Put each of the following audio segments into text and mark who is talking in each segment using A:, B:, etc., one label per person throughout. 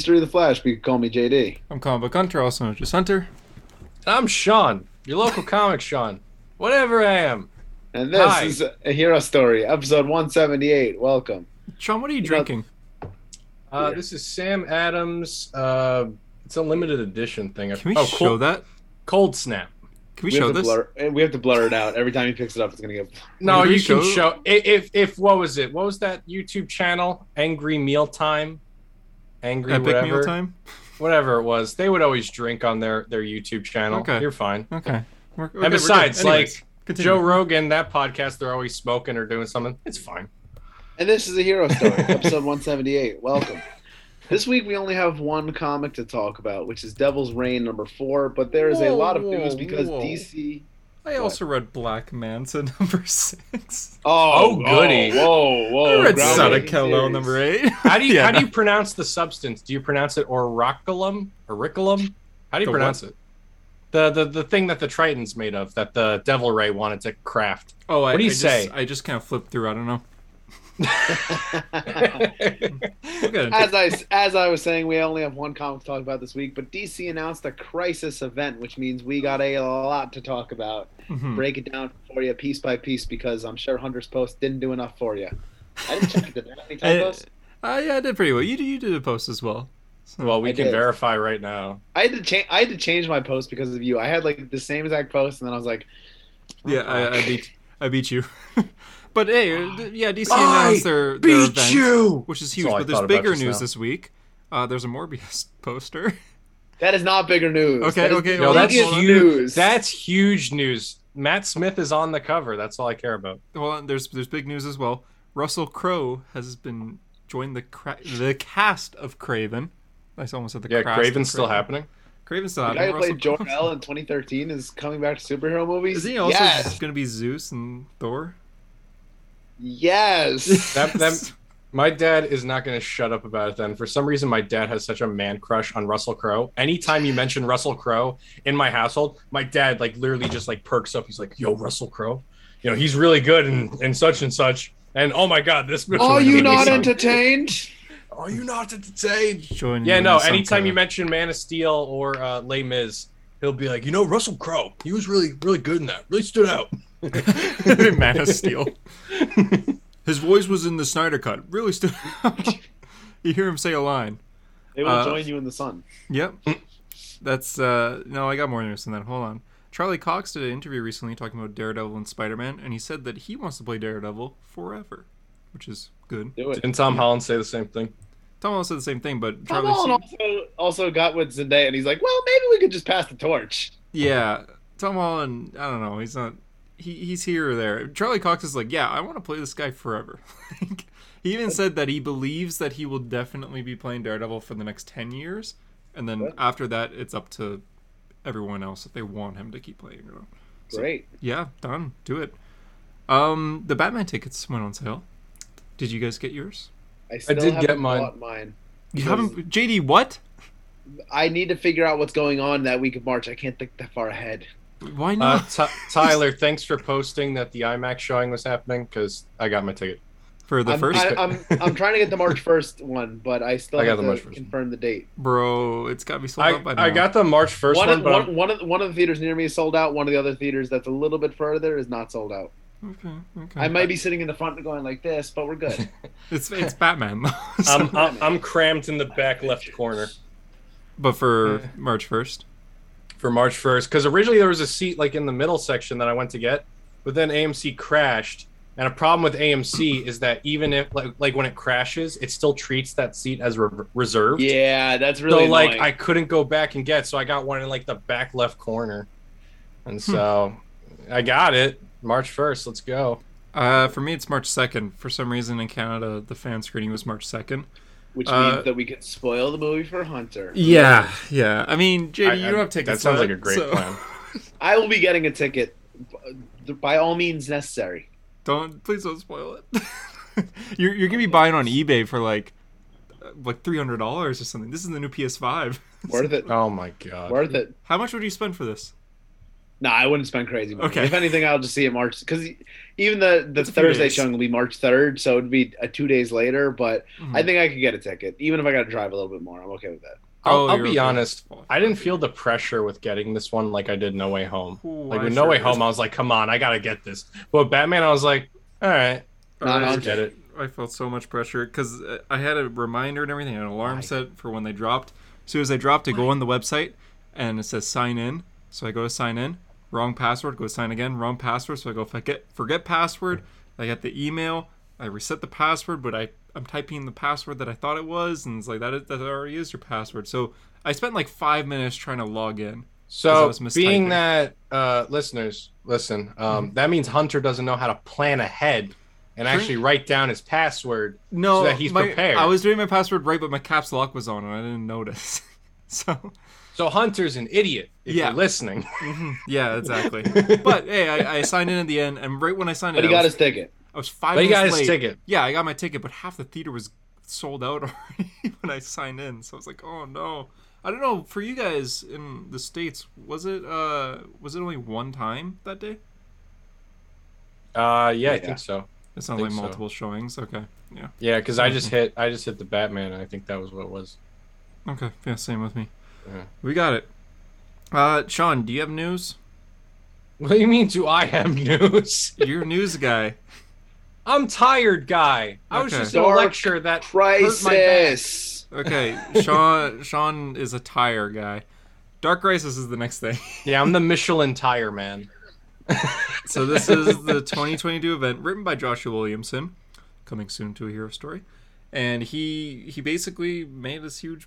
A: History of the Flash, but you can call me JD.
B: I'm Comic Book Hunter, also known as just Hunter.
C: I'm Sean, your local comic Sean. Whatever I am.
A: And this
C: Hi.
A: is a hero story, episode 178. Welcome.
B: Sean, what are you
A: know-
B: drinking?
C: Uh,
A: Yeah.
C: This is Sam Adams. Uh, it's a limited edition thing.
B: Can we
C: oh,
B: show
C: cold,
B: that?
C: Cold Snap.
B: Can we, show
A: have to
B: this?
A: blur, and we have to blur it out. Every time he picks it up, it's going to get.
C: No,
B: Can we
C: you can
B: show-
C: show. i- If, if, what was it? What was that YouTube channel? Angry Mealtime? Angry
B: Epic
C: whatever.
B: meal time.
C: Whatever it was. They would always drink on their, their YouTube channel.
B: Okay.
C: You're fine.
B: Okay. We're, okay, we're
C: and
B: good.
C: besides,
B: Anyways,
C: like,
B: continue.
C: Joe Rogan, that podcast, they're always smoking or doing something. It's fine.
A: And this is a hero story, episode 178. Welcome. This week we only have one comic to talk about, which is Devil's Reign number four. But there is a
B: Whoa,
A: lot of
B: whoa,
A: news because
B: whoa.
A: DC.
B: I also read Black Mansa number six.
C: Oh, goody.
A: whoa,
C: Oh,
A: whoa!
B: I read
A: groundbreaking
B: Sonic Hello
A: series.
B: number eight.
C: How do you
B: Yeah.
C: how do you pronounce the substance? Do you pronounce it auriculum? Auriculum? How do you
B: The what?
C: pronounce it? The, the the thing that the Tritons made of that the Devil Ray wanted to craft.
B: Oh, I,
C: What do
B: I
C: you
B: just-
C: say?
B: I just kind of flipped through. I don't know. We'll
A: Uh-huh.
C: That's
B: get into it.
A: as I as I was saying, we only have one comic to talk about this week, but DC announced a crisis event, which means we got a lot to talk about.
B: Mhm.
A: Break it down for you piece by piece because I'm sure Hunter's post didn't do enough for you. I didn't check it. Did I have any
B: I-
A: time posts?
B: Uh, yeah, I did pretty well. You, you did a post as well. So,
C: well, we
A: I
C: can
A: did.
C: verify right now.
A: I had to change. I had to change my post because of you. I had like the same exact post, and then I was like,
B: yeah, I, I beat I beat you. but hey, uh, d- yeah, DC
C: I
B: announced their, their event.
C: you.
B: which is
C: That's
B: huge.
C: all I
B: But there's
C: thought about
B: bigger
C: just
B: news
C: now.
B: this week. Uh, there's a Morbius poster.
A: "That is not bigger news."
B: Okay,
A: That is
B: okay,
A: the
C: No, that's
A: biggest
C: huge.
A: news.
C: That's huge news. Matt Smith is on the cover. That's all I care about.
B: well, and there's there's big news as well. Russell Crowe has been joined the cra- the cast of Craven. I almost said the
C: Yeah,
B: cast of
C: Craven's still happening.
B: Craven's still
A: the guy
B: happening.
A: who played
B: Russell Crowe-
A: Jor El in 2013 is coming back to superhero movies.
B: Is he also
A: yes,
B: going to be Zeus and Thor?
A: yes.
C: That- that- My dad is not going to shut up about it then. For some reason, my dad has such a man crush on Russell Crowe. Anytime you mention Russell Crowe in my household, my dad like literally just like perks up. He's like, "Yo, Russell Crowe, you know he's really good and and such and such." And oh my god, this movie.
A: Are you not
B: Some-
A: entertained?
C: Are you not entertained?
B: Join
C: Yeah,
B: in
C: no.
B: some
C: Anytime
B: kind
C: you
B: of-
C: mention Man of Steel or uh, Les Mis, he'll be like, "You know Russell Crowe, he was really really good in that. Really stood out."
B: Man of Steel. His voice was in the Snyder Cut. Really stood out. you hear him say a line.
A: They will
B: Uh,
A: join you in the sun.
B: Yep. That's uh no, I got more news than that. Hold on. Charlie Cox did an interview recently talking about Daredevil and Spider Man, and he said that he wants to play Daredevil forever, which is good.
A: Do it.
C: Didn't Tom Holland say the same thing?
B: Tom Holland said the same thing, but
A: Tom
B: Charlie,
A: Holland also, also got with Zendaya, and he's like, well, maybe we could just pass the torch.
B: yeah, Tom Holland, I don't know, he's not, he, he's here or there. Charlie Cox is like, yeah, I want to play this guy forever. Like, he even said that he believes that he will definitely be playing Daredevil for the next ten years, and then
A: Yeah.
B: after that, it's up to everyone else if they want him to keep playing or not. So-
A: Great.
B: Yeah, done. Do it. Um, the Batman tickets went on sale. Did you guys get yours?
A: I, still
C: did
A: haven't
C: get mine.
A: bought mine.
B: You
A: Yes.
B: haven't, JD. What?
A: I need to figure out what's going on that week of March. I can't think that far ahead.
B: Why
C: Uh,
B: not?
C: Ty Tyler, thanks for posting that the IMAX showing was happening because I got my ticket.
B: For the
A: I'm,
B: first,
A: I, am I'm trying to get the March 1st one, but I still
C: I got
A: have
C: the
A: to
C: March 1st.
A: confirm the date.
B: bro, it's got to be sold
C: I,
B: out by now.
C: I got the March first
A: One,
C: one,
A: of
C: but
A: one, one, of, one of the theaters near me is sold out. One of the other theaters that's a little bit further is not sold out.
B: Okay, okay.
A: I might be sitting in the front going like this, but we're good.
B: It's it's Batman. so-
C: I'm, I'm, I'm, I'm crammed in the back left corner
B: but for
C: Yeah.
B: March first.
C: for March first because originally there was a seat like in the middle section that I went to get, but then AMC crashed. And a problem with AMC is that even if like like when it crashes, it still treats that seat as re- reserved.
A: yeah, that's really
C: so like
A: annoying.
C: I couldn't go back and get, so I got one in like the back left corner, and so I got it March first. Let's go.
B: Uh, for me, it's March second. For some reason in Canada, the fan screening was March second.
A: which
B: uh,
A: means that we could spoil the movie for Hunter.
B: Yeah, yeah. I mean, JD,
C: I-
B: you
C: I-
B: don't have tickets.
C: That sounds
B: on
C: like a
B: it,
C: great
B: so-
C: plan.
A: I will be getting a ticket b- by all means necessary.
B: Don't please don't spoil it. Oh, you're you're gonna be buying on eBay for like uh, like three hundred dollars or something. This is the new PS5.
A: Worth it.
C: Oh my god.
A: Worth it.
B: How much would you spend for this?
A: No, I wouldn't spend crazy money.
B: Okay.
A: If anything, I'll just see it March because even the the
B: It's a few
A: Thursday
B: days.
A: showing will be March third, so it'd be uh two days later. But
B: Mhm.
A: I think I could get a ticket, even if I got to drive a little bit more. I'm okay with that.
C: I'll,
B: Oh,
C: I'll
B: you're
C: be
B: okay.
C: honest. I didn't feel the pressure with getting this one like I did No Way Home.
B: Cool,
C: Like
B: I
C: with No
B: sure
C: Way
B: did.
C: Home, I was like, come on, I gotta get this. But Batman, I was like, all right,
A: No,
B: I
A: no,
C: I'll
A: Okay.
C: get it.
B: I felt so much pressure because I had a reminder and everything, an alarm
A: Why?
B: set for when they dropped. As soon as they dropped, I go on the website and it says sign in. So I go to sign in, wrong password, go sign again, wrong password. So I go forget forget password. I get the email. I reset the password, but I I'm typing in the password that I thought it was, and it's like that is, that already is your password. So I spent like five minutes trying to log in. I
C: So
B: was mistyping. Mm-hmm.
C: being that uh, listeners, listen, um, that means Hunter doesn't know how to plan ahead and
B: Sure.
C: actually write down his password.
B: No,
C: So that he's
B: my-
C: prepared.
B: I was doing my password right, but my caps lock was on, and I didn't notice. so
C: So Hunter's an idiot. If
B: Yeah.
C: you're listening,
B: Mhm. Yeah, exactly. but hey, I, I signed in at the end, and right when I signed
A: But
B: in,
A: he got
B: I, was,
A: his ticket.
B: I was five
C: but he
B: minutes
C: got his
B: late.
C: ticket.
B: Yeah, I got my ticket, but half the theater was sold out already when I signed in. So I was like, oh no. I don't know. For you guys in the states, was it uh was it only one time that day?
C: Uh, yeah, I
A: Yeah.
C: think so.
B: It sounds like
C: think so.
B: multiple showings. Okay, yeah,
C: Yeah, because
B: Mm-hmm.
C: I just hit, I just hit the Batman. And I think that was what it was.
B: okay, yeah, same with me.
C: Yeah.
B: We got it. Uh, Sean, do you have news?
C: What do you mean? Do I have news?
B: You're a news guy.
C: I'm tired, guy. I was
B: Okay.
C: just in a
A: Dark
C: lecture that hurt my back.
A: Crisis.
B: Okay, Sean. Sean is a tire guy. Dark Crisis is the next thing.
C: Yeah, I'm the Michelin tire man.
B: So this is the 2022 event written by Joshua Williamson, coming soon to a hero story, and he he basically made this huge.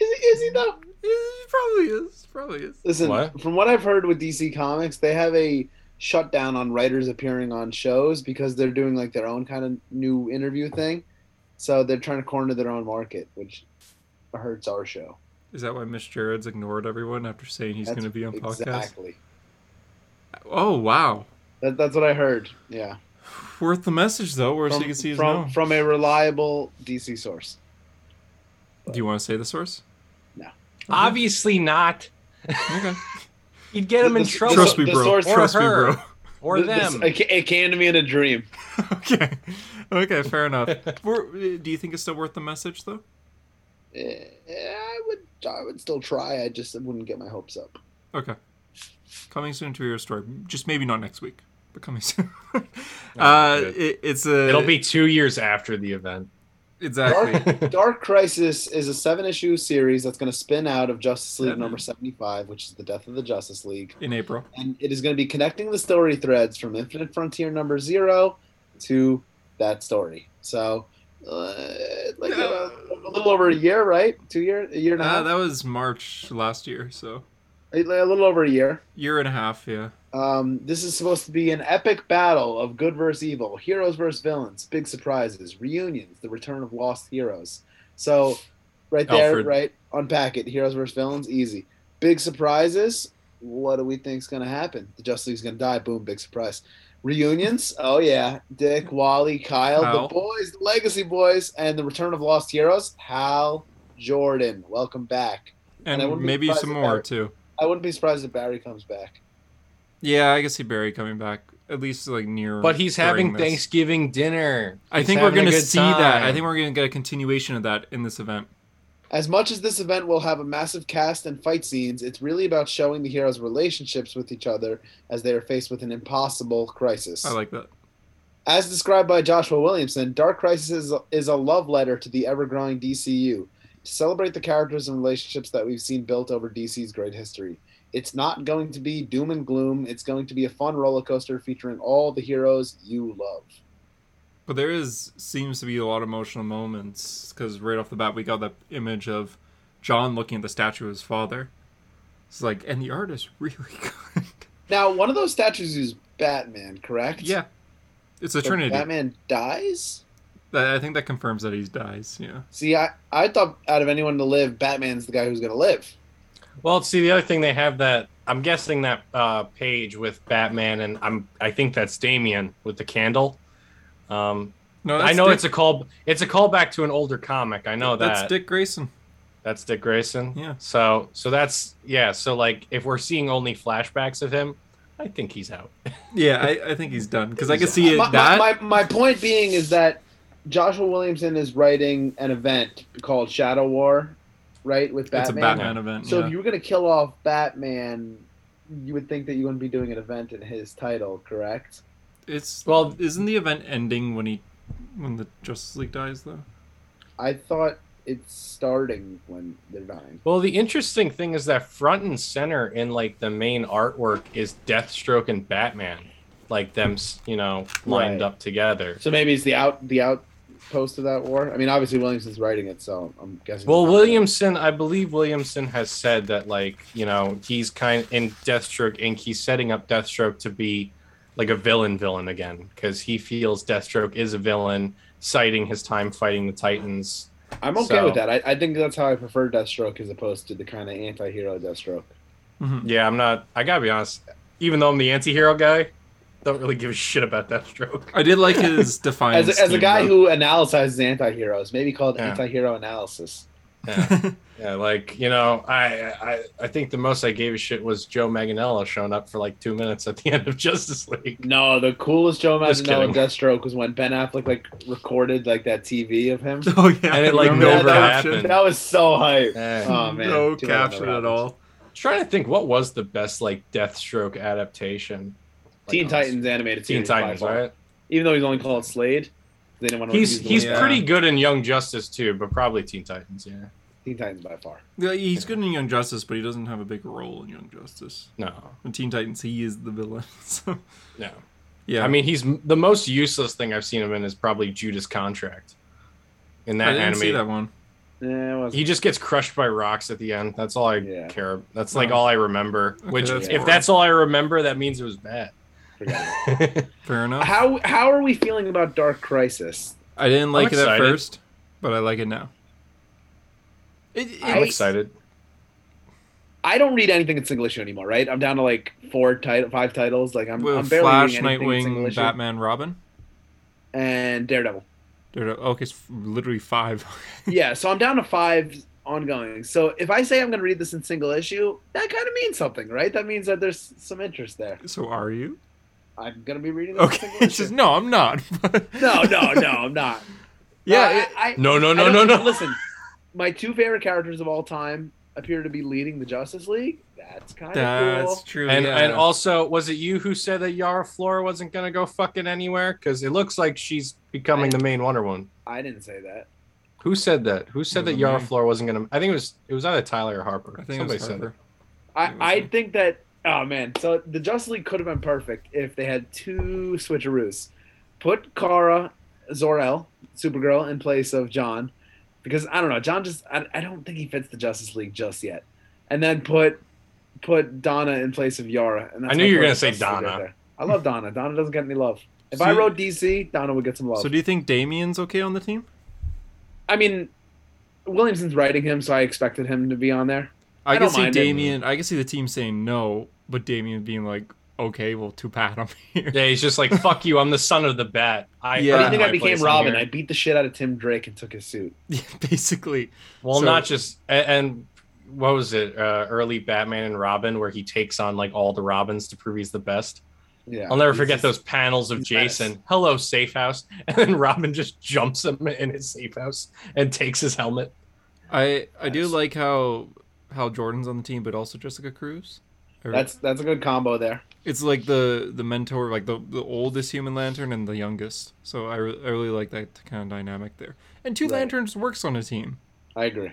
A: Is he, is he though?
B: It probably is. Probably is.
A: Listen,
C: What?
A: from what I've heard with DC Comics, they have a shutdown on writers appearing on shows because they're doing like their own kind of new interview thing. So they're trying to corner their own market, which hurts our show.
B: Is that why Miss Jared's ignored everyone after saying he's
A: That's
B: going to be on podcast?
A: Exactly.
B: Oh wow!
A: That, that's what I heard. Yeah.
B: Worth the message though, where so you can see his
A: from,
B: name.
A: from a reliable DC source.
B: Do you want to say the source?
C: Obviously not.
B: Okay.
C: You'd get him in
A: The- the-
C: trouble.
B: Trust me,
A: the
B: bro.
A: source-
C: or
B: Trust me,
C: her.
B: bro.
C: or
A: Th- this-
C: them.
A: it, ca- it came to me in a dream.
B: okay. Okay. Fair enough. we do you think it's still worth the message though?
A: Eh, I would, I would still try. I just wouldn't get my hopes up.
B: Okay. Coming soon to your story. Just maybe not next week, but coming soon. uh,
C: good.
B: it, it's a.
C: It'll be two years after the event.
B: exactly.
A: Dark Crisis is a seven issue series that's going to spin out of Justice League
B: Seven.
A: number 75, which is the death of the Justice League.
B: in April.
A: And it is going to be connecting the story threads from Infinite Frontier number zero to that story. So, uh, like uh, a little over a year, right? Two year, a year and a
B: Uh,
A: half?
B: that was March last year, so
A: A a little over a year.
B: year and a half. Yeah.
A: Um, this is supposed to be an epic battle of good versus evil, heroes versus villains, big surprises, reunions, the return of lost heroes. So, right there,
C: Alfred.
A: right, unpack it. Heroes versus villains, easy. Big surprises. What do we think's going to happen? The Justice League's going to die. Boom, big surprise. Reunions. Oh yeah, Dick, Wally, Kyle,
B: Hal.
A: the boys, the Legacy boys, and the return of lost heroes. Hal Jordan, welcome back.
B: And,
A: I wouldn't be
B: maybe
A: surprised
B: some
A: if
B: more
A: Barry-
B: too.
A: I wouldn't be surprised if Barry comes back.
B: Yeah, I can see Barry coming back at least like near.
C: But he's having
B: during this.
C: Thanksgiving dinner.
B: I
C: He's
B: think we're
C: having a
B: gonna
C: good
B: see that. I
C: time.
B: think we're gonna get a continuation of that in this event.
A: As much as this event will have a massive cast and fight scenes, it's really about showing the heroes' relationships with each other as they are faced with an impossible crisis.
B: I like that.
A: As described by Joshua Williamson, Dark Crisis is a, is a love letter to the ever growing DCU to celebrate the characters and relationships that we've seen built over DC's great history. It's not going to be doom and gloom, it's going to be a fun roller coaster featuring all the heroes you love.
B: But there is seems to be a lot of emotional moments because right off the bat we got that image of John looking at the statue of his father. It's like, and the art is really good.
A: Now, one of those statues is Batman, correct?
B: yeah, it's
A: But
B: Eternity.
A: Batman dies?
B: That, I think that confirms that he dies. Yeah,
A: See, I, I thought out of anyone to live, Batman's the guy who's going to live.
C: Well, see, the other thing they have that I'm guessing that uh, page with Batman and I'm I think that's Damien with the candle. Um,
B: no,
C: I know
B: Dick,
C: it's a call. It's a callback to an older comic. I know that.
B: that's Dick Grayson.
C: That's Dick Grayson.
B: Yeah.
C: So so that's yeah. So like if we're seeing only flashbacks of him, I think he's out.
B: Yeah, I, I think he's done because I can see it
A: my,
B: that.
A: my, my, my point being is that Joshua Williamson is writing an event called Shadow War, right? With
B: it's a
A: Batman.
B: Batman event.
A: So
B: yeah.
A: if you were going to kill off Batman, you would think that you wouldn't be doing an event in his title, correct?
B: it's
C: Well,
B: isn't the event ending when he when the Justice League dies though?
A: I thought it's starting when they're dying.
C: Well, the interesting thing is that front and center in like the main artwork is Deathstroke and Batman, like them, s- you know, lined
A: Right.
C: up together.
A: So maybe it's the out the outpost of that war. I mean, obviously Williamson's writing it, so I'm guessing.
C: Well, Williamson, I believe Williamson has said that like, you know, he's kind in Deathstroke Inc. He's setting up Deathstroke to be like a villain villain again because he feels Deathstroke is a villain, citing his time fighting the Titans.
A: I'm okay
C: so-
A: with that. I, I think that's how I prefer Deathstroke as opposed to the kind of anti-hero Deathstroke.
B: Mhm.
C: Yeah, I'm not. I gotta be honest. Even though I'm the anti-hero guy, don't really give a shit about Deathstroke.
B: I did like his defiance.
A: As a, as a
B: scheme,
A: guy
B: though.
A: who analyzes anti-heroes, maybe called
C: Yeah.
A: anti-hero analysis.
C: Yeah. Yeah, like you know, I, I I think the most I gave a shit was Joe Manganiello showing up for like two minutes at the end of Justice League.
A: No, the coolest Joe
C: Just
A: Manganiello
C: kidding.
A: Deathstroke was when Ben Affleck like recorded like that TV of him.
B: oh yeah,
C: And it,
B: I
C: like,
B: remember
A: never
B: that
C: happened.
B: caption.
A: That was so hype.
C: Eh.
B: Uh,
A: Oh man,
B: no
A: Too bad
B: caption
A: that
B: at
A: never
B: all.
C: trying to think, what was the best like Deathstroke adaptation? Like,
A: Teen
C: honest-
A: Titans animated
C: Teen
A: series,
C: Titans,
A: by far.
C: right?
A: Even though he's only called Slade, they didn't want to.
C: He's
A: use the
C: he's
A: word
B: Yeah.
C: pretty good in Young Justice too, but probably Teen Titans. Yeah,
A: Teen Titans by far.
B: Yeah, he's good in Young Justice, but he doesn't have a big role in Young Justice.
C: no,
B: In Teen Titans, he is the villain. So
C: no.
B: yeah,
C: I mean, he's the most useless thing I've seen him in is probably Judas Contract. In
B: I
C: that
B: didn't see
C: anime,
B: that one.
A: Yeah, it wasn't.
C: he just gets crushed by rocks at the end. That's all I
A: Yeah.
C: care. That's
B: Oh.
C: like all I remember.
B: Okay,
C: Which,
B: that's
C: if
B: boring.
C: that's all I remember, that means it was bad.
A: Forgot it.
B: Fair enough.
A: how how are we feeling about Dark Crisis?
B: I didn't like it at
C: excited.
B: first, but I like it now. It, it-
A: I-
C: I'm excited.
A: I don't read anything in single issue anymore, right? I'm down to like four title, five titles. Like I'm, I'm
B: with
A: barely
B: Flash,
A: reading anything in single
B: Nightwing,
A: issue.
B: Batman, Robin.
A: and Daredevil.
B: There- Okay, it's literally five.
A: yeah, so I'm down to five ongoing. So if I say I'm going to read this in single issue, that kind of means something, right? That means that there's some interest there.
B: so are you?
A: I'm going to be reading this
B: Okay.
A: in
B: It's
A: single
B: just
A: issue.
B: no, I'm not.
A: No, no, no, I'm not.
B: Yeah.
A: Uh,
B: it-
A: I,
C: No, no,
A: I
C: no,
A: don't-
C: no, no.
A: Listen, my two favorite characters of all time appear to be leading the Justice League. That's kind of
B: that's
A: cool.
B: true.
C: And
B: yeah.
C: and also, was it you who said that Yara Flora wasn't gonna go fucking anywhere? Because it looks like she's becoming the main Wonder Woman.
A: I didn't say that.
C: Who said that? Who said
B: It was
C: that Yara
B: me.
C: Flora wasn't gonna? I think it was it was either Tyler or Harper.
B: I think it
C: Somebody
B: was
C: said
B: Harper.
A: I,
B: It was
A: I
B: me.
A: think that oh man, so the Justice League could have been perfect if they had two switcheroos. Put Kara Zor-El, Supergirl, in place of John, because I don't know, John just I, I don't think he fits the Justice League just yet. And then put put Donna in place of Yara. And that's
C: I knew
A: my
C: you were
A: third
C: gonna say
A: Justice League right
C: Donna.
A: there. I love Donna. Donna doesn't get any love. If
B: So
A: I
B: you-
A: wrote DC, Donna would get some love.
B: So do you think Damien's okay on the team?
A: I mean, Williamson's writing him, so I expected him to be on there.
B: I,
A: I
B: can
A: don't
B: see
A: mind it.
B: Damien. I can see the team saying no, but Damien being like, "Okay, well, Tupac, I'm here."
C: that. Yeah, he's just like fuck you. I'm the son of the bat. I
B: Yeah.
A: How do
B: Uh,
A: you think
C: earned
A: I
C: my
A: became
C: place in
A: Robin?
C: here."
A: I beat the shit out of Tim Drake and took his suit.
B: Yeah, basically.
C: Well,
B: So-
C: not just a- and what was it? Uh, early Batman and Robin, where he takes on like all the Robins to prove he's the best.
A: Yeah,
C: I'll never
A: he's
C: forget
A: just-
C: those panels of
A: he's
C: Jason. Hello, safe house, and then Robin just jumps him in his safe house and takes his helmet.
B: I I do
A: Yes.
B: like how how Jordan's on the team, but also Jessica Cruz. Or-
A: That's that's a good combo there.
B: it's like the the mentor, like the the oldest Human Lantern and the youngest. So I, re- I really like that kind of dynamic there. And two
A: Right.
B: lanterns works on a team.
A: I agree.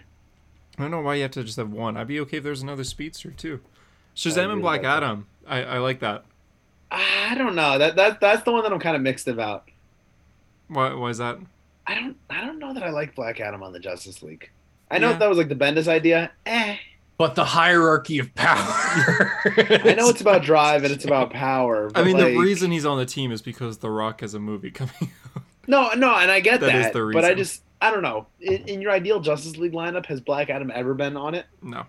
B: I don't know why you have to just have one. I'd be okay if there's another speedster too.
A: I
B: Shazam
A: agree
B: and
A: with
B: Black
A: that.
B: Adam. I, I like that.
A: Ah, I don't know. That that that's the one that I'm kind of mixed about.
B: Why why is that?
A: I don't I don't know that I like Black Adam on the Justice League. I know
B: Yeah.
A: that was like the Bendis idea. Eh.
C: But the hierarchy of power.
A: I know it's about drive and it's about power.
B: I
A: but,
B: mean, the
A: like-
B: reason he's on the team is because The Rock has a movie coming.
A: No, no, and I get that.
B: That is the
A: But I
B: reason.
A: just I don't know. In, in your ideal Justice League lineup, has Black Adam ever been on it?
B: No.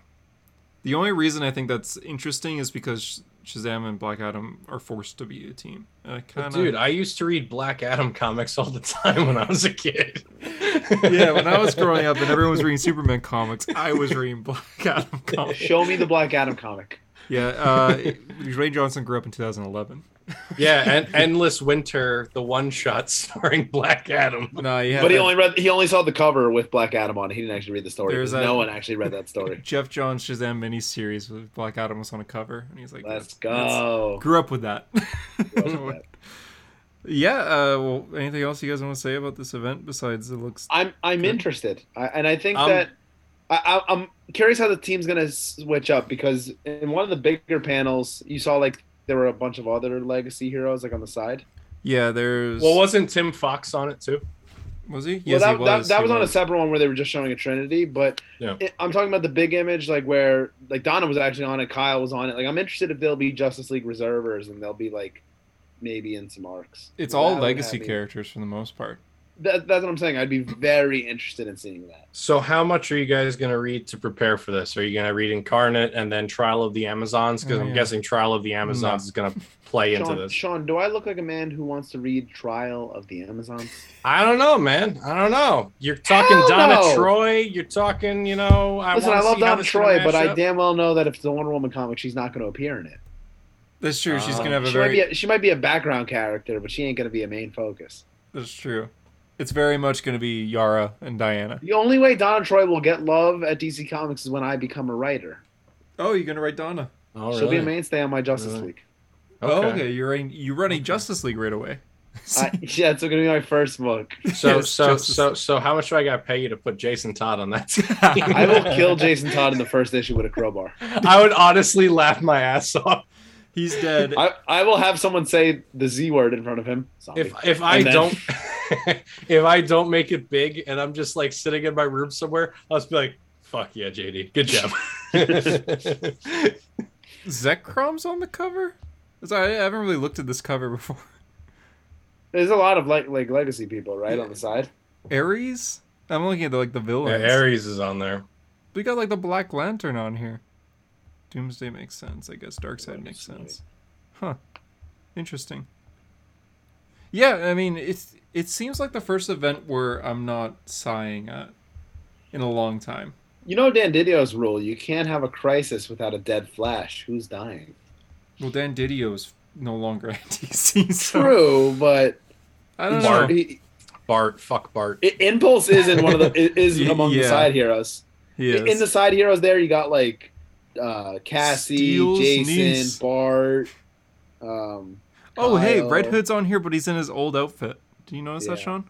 B: The only reason I think that's interesting is because Sh- Shazam and Black Adam are forced to be a team. And I
C: But
B: kind
C: Dude, I used to read Black Adam comics all the time when I was a kid.
B: yeah, when I was growing up and everyone was reading Superman comics, I was reading Black Adam comics.
A: Show me the Black Adam comic.
B: Yeah, uh, Ray Johnson grew up in 2011.
C: Yeah, and Endless Winter, the one shot starring Black Adam.
B: No, he had
A: But he
B: that
A: only read he only saw the cover with Black Adam on it. He didn't actually read the story.
B: There's
A: because
B: a-
A: no one actually read that story.
B: Jeff Johns Shazam miniseries with Black Adam was on a cover, and he's like,
A: Let's
B: that's-
A: go.
B: Grew up with that.
A: with that.
B: yeah. Uh, well, anything else you guys want to say about this event besides it looks?
A: I'm I'm
B: Good.
A: interested, I, and I think
C: Um,
A: that I, I, I'm curious how the team's gonna switch up because in one of the bigger panels you saw like there were a bunch of other legacy heroes like on the side.
B: Yeah, there's.
C: Well, wasn't Tim Fox on it too?
B: was he? Yes,
A: well, that,
B: he was.
A: that, that
B: he
A: was on a separate one where they were just showing a Trinity, but
C: Yeah.
A: it- I'm talking about the big image, like where like Donna was actually on it, Kyle was on it. Like I'm interested if they'll be Justice League reservers and they'll be like maybe in some arcs.
B: It's
A: That
B: all
A: would
B: legacy
A: have me-
B: characters for the most part.
A: That, that's what I'm saying. I'd be very interested in seeing that.
C: So, how much are you guys going to read to prepare for this? Are you going to read Incarnate and then Trial of the Amazons? Because
B: Oh,
C: I'm
B: yeah.
C: guessing Trial of the Amazons is going to play into
A: Sean,
C: this.
A: Sean, do I look like a man who wants to read Trial of the Amazon?
C: I don't know, man. I don't know. You're talking
A: Hell
C: Donna
A: no.
C: Troy. You're talking, you know. I
A: Listen,
C: wanna
A: I love
C: see how
A: Donna
C: this is gonna
A: Troy, but
C: mash
A: I
C: up.
A: damn well know that if it's a Wonder Woman comic, she's not going to appear in it.
B: That's true. She's
C: Ah.
B: gonna have a
A: She might,
B: very.
A: be a, she might be a background character, but she ain't going to be a main focus.
B: That's true. It's very much gonna be Yara and Diana.
A: The only way Donna Troy will get love at DC Comics is when I become a writer.
B: Oh, you're gonna write Donna.
C: Oh,
A: She'll be a
C: really?
A: mainstay on my Justice
C: Really?
A: League.
B: Oh,
C: Okay.
B: okay. You're in, you run a
C: Okay.
B: Justice League right away.
A: I, yeah, it's going to be my first book.
C: So,
B: Yes,
C: so,
B: Justice
C: so, so, how much do I got to pay you to put Jason Todd on that?
A: I will kill Jason Todd in the first issue with a crowbar.
C: I would honestly laugh my ass off
B: He's dead.
A: I, I will have someone say the Z word in front of him. Zombie.
C: if if I
A: And then-
C: don't if I don't make it big and I'm just like sitting in my room somewhere. I'll just be like, "Fuck yeah, JD, good job."
B: Zek Crom's on the cover. 'Cause I I haven't really looked at this cover before.
A: There's a lot of like like legacy people, right, on the side.
B: Ares. I'm looking at the, like the
C: yeah,
B: villains.
C: Aries is on there.
B: We got like the Black Lantern on here. Doomsday makes sense, I guess. Darkseid makes sense. Huh. Interesting. Yeah, I mean, it's it seems like the first event where I'm not sighing at in a long time.
A: You know Dan Didio's rule: you can't have a crisis without a dead Flash who's dying.
B: Well, Dan Didio's no longer at DC, so
A: True, but
B: I don't
C: Mark.
B: know.
A: he-
C: Bart, fuck Bart.
A: I- Impulse is in one of the i- is
B: Y-
A: among the
B: yeah.
A: side heroes.
B: He
A: I- In
B: is.
A: the side heroes, there you got like uh Cassie,
B: Steals
A: Jason,
B: niece.
A: Bart. Um,
B: oh, hey,
A: Kyle.
B: Red Hood's on here, but he's in his old outfit. Do you notice that,
A: Yeah.
B: Sean?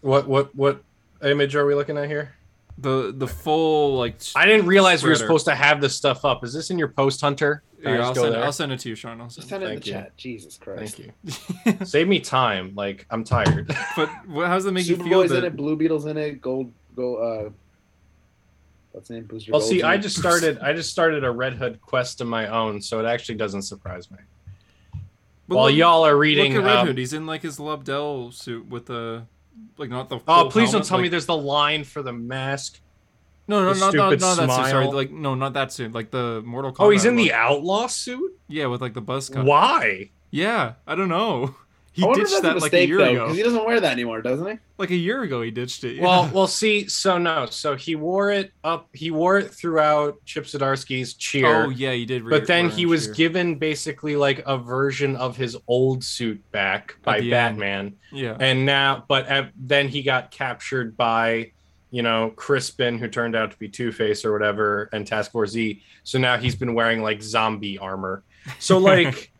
C: What what what image are we looking at here?
B: The the full like.
C: I didn't realize we were
B: Spreader.
C: supposed to have this stuff up. Is this in your post, Hunter? Can I
B: Here,
C: just
B: I'll,
C: go
B: send,
C: there?
B: I'll send it to you, Sean. I'll
A: just
B: send
A: send
B: it.
A: it in the
C: Thank you.
A: chat. Jesus Christ.
C: Thank you. Save me time. Like I'm tired.
B: but what, how does it make you feel?
A: Superboy's
B: that-
A: in it. Blue Beetle's in it. Gold, go. Uh, what's the name? Booster.
C: Well, see,
A: Gold's in
C: I
A: it.
C: just started. I just started a Red Hood quest of my own, so it actually doesn't surprise me.
B: But
C: While
B: look-
C: y'all are reading,
B: Look at Red
C: um,
B: Hood. He's in like his Lobdell suit with the, like not the.
C: oh,
B: full
C: please don't
B: helmet,
C: tell me
B: like-
C: there's the line for the mask.
B: No, no,
C: the
B: not, not,
C: stupid
B: not that suit. Sorry,
C: smile.
B: like no, not that suit. Like the Mortal Kombat.
C: Oh, he's in the
B: look.
C: outlaw suit.
B: yeah with like the buzz cut.
C: Why?
B: Yeah, I don't know. He
A: I wonder if that's
B: ditched that
A: a
B: like
A: mistake,
B: a year
A: though,
B: ago.
A: Because he doesn't wear that anymore, doesn't he?
B: Like a year ago, he ditched it. yeah.
C: Well, well, see, so no, so he wore it up. He wore it throughout Chip Zdarsky's cheer.
B: oh yeah, he did. re-
C: but then
B: wear
C: he
B: it
C: was
B: here.
C: given basically like a version of his old suit back by
B: the end.
C: Batman.
B: yeah.
C: and now but at, then he got captured by you know crispin who turned out to be two face or whatever and task force z so now he's been wearing like zombie armor so like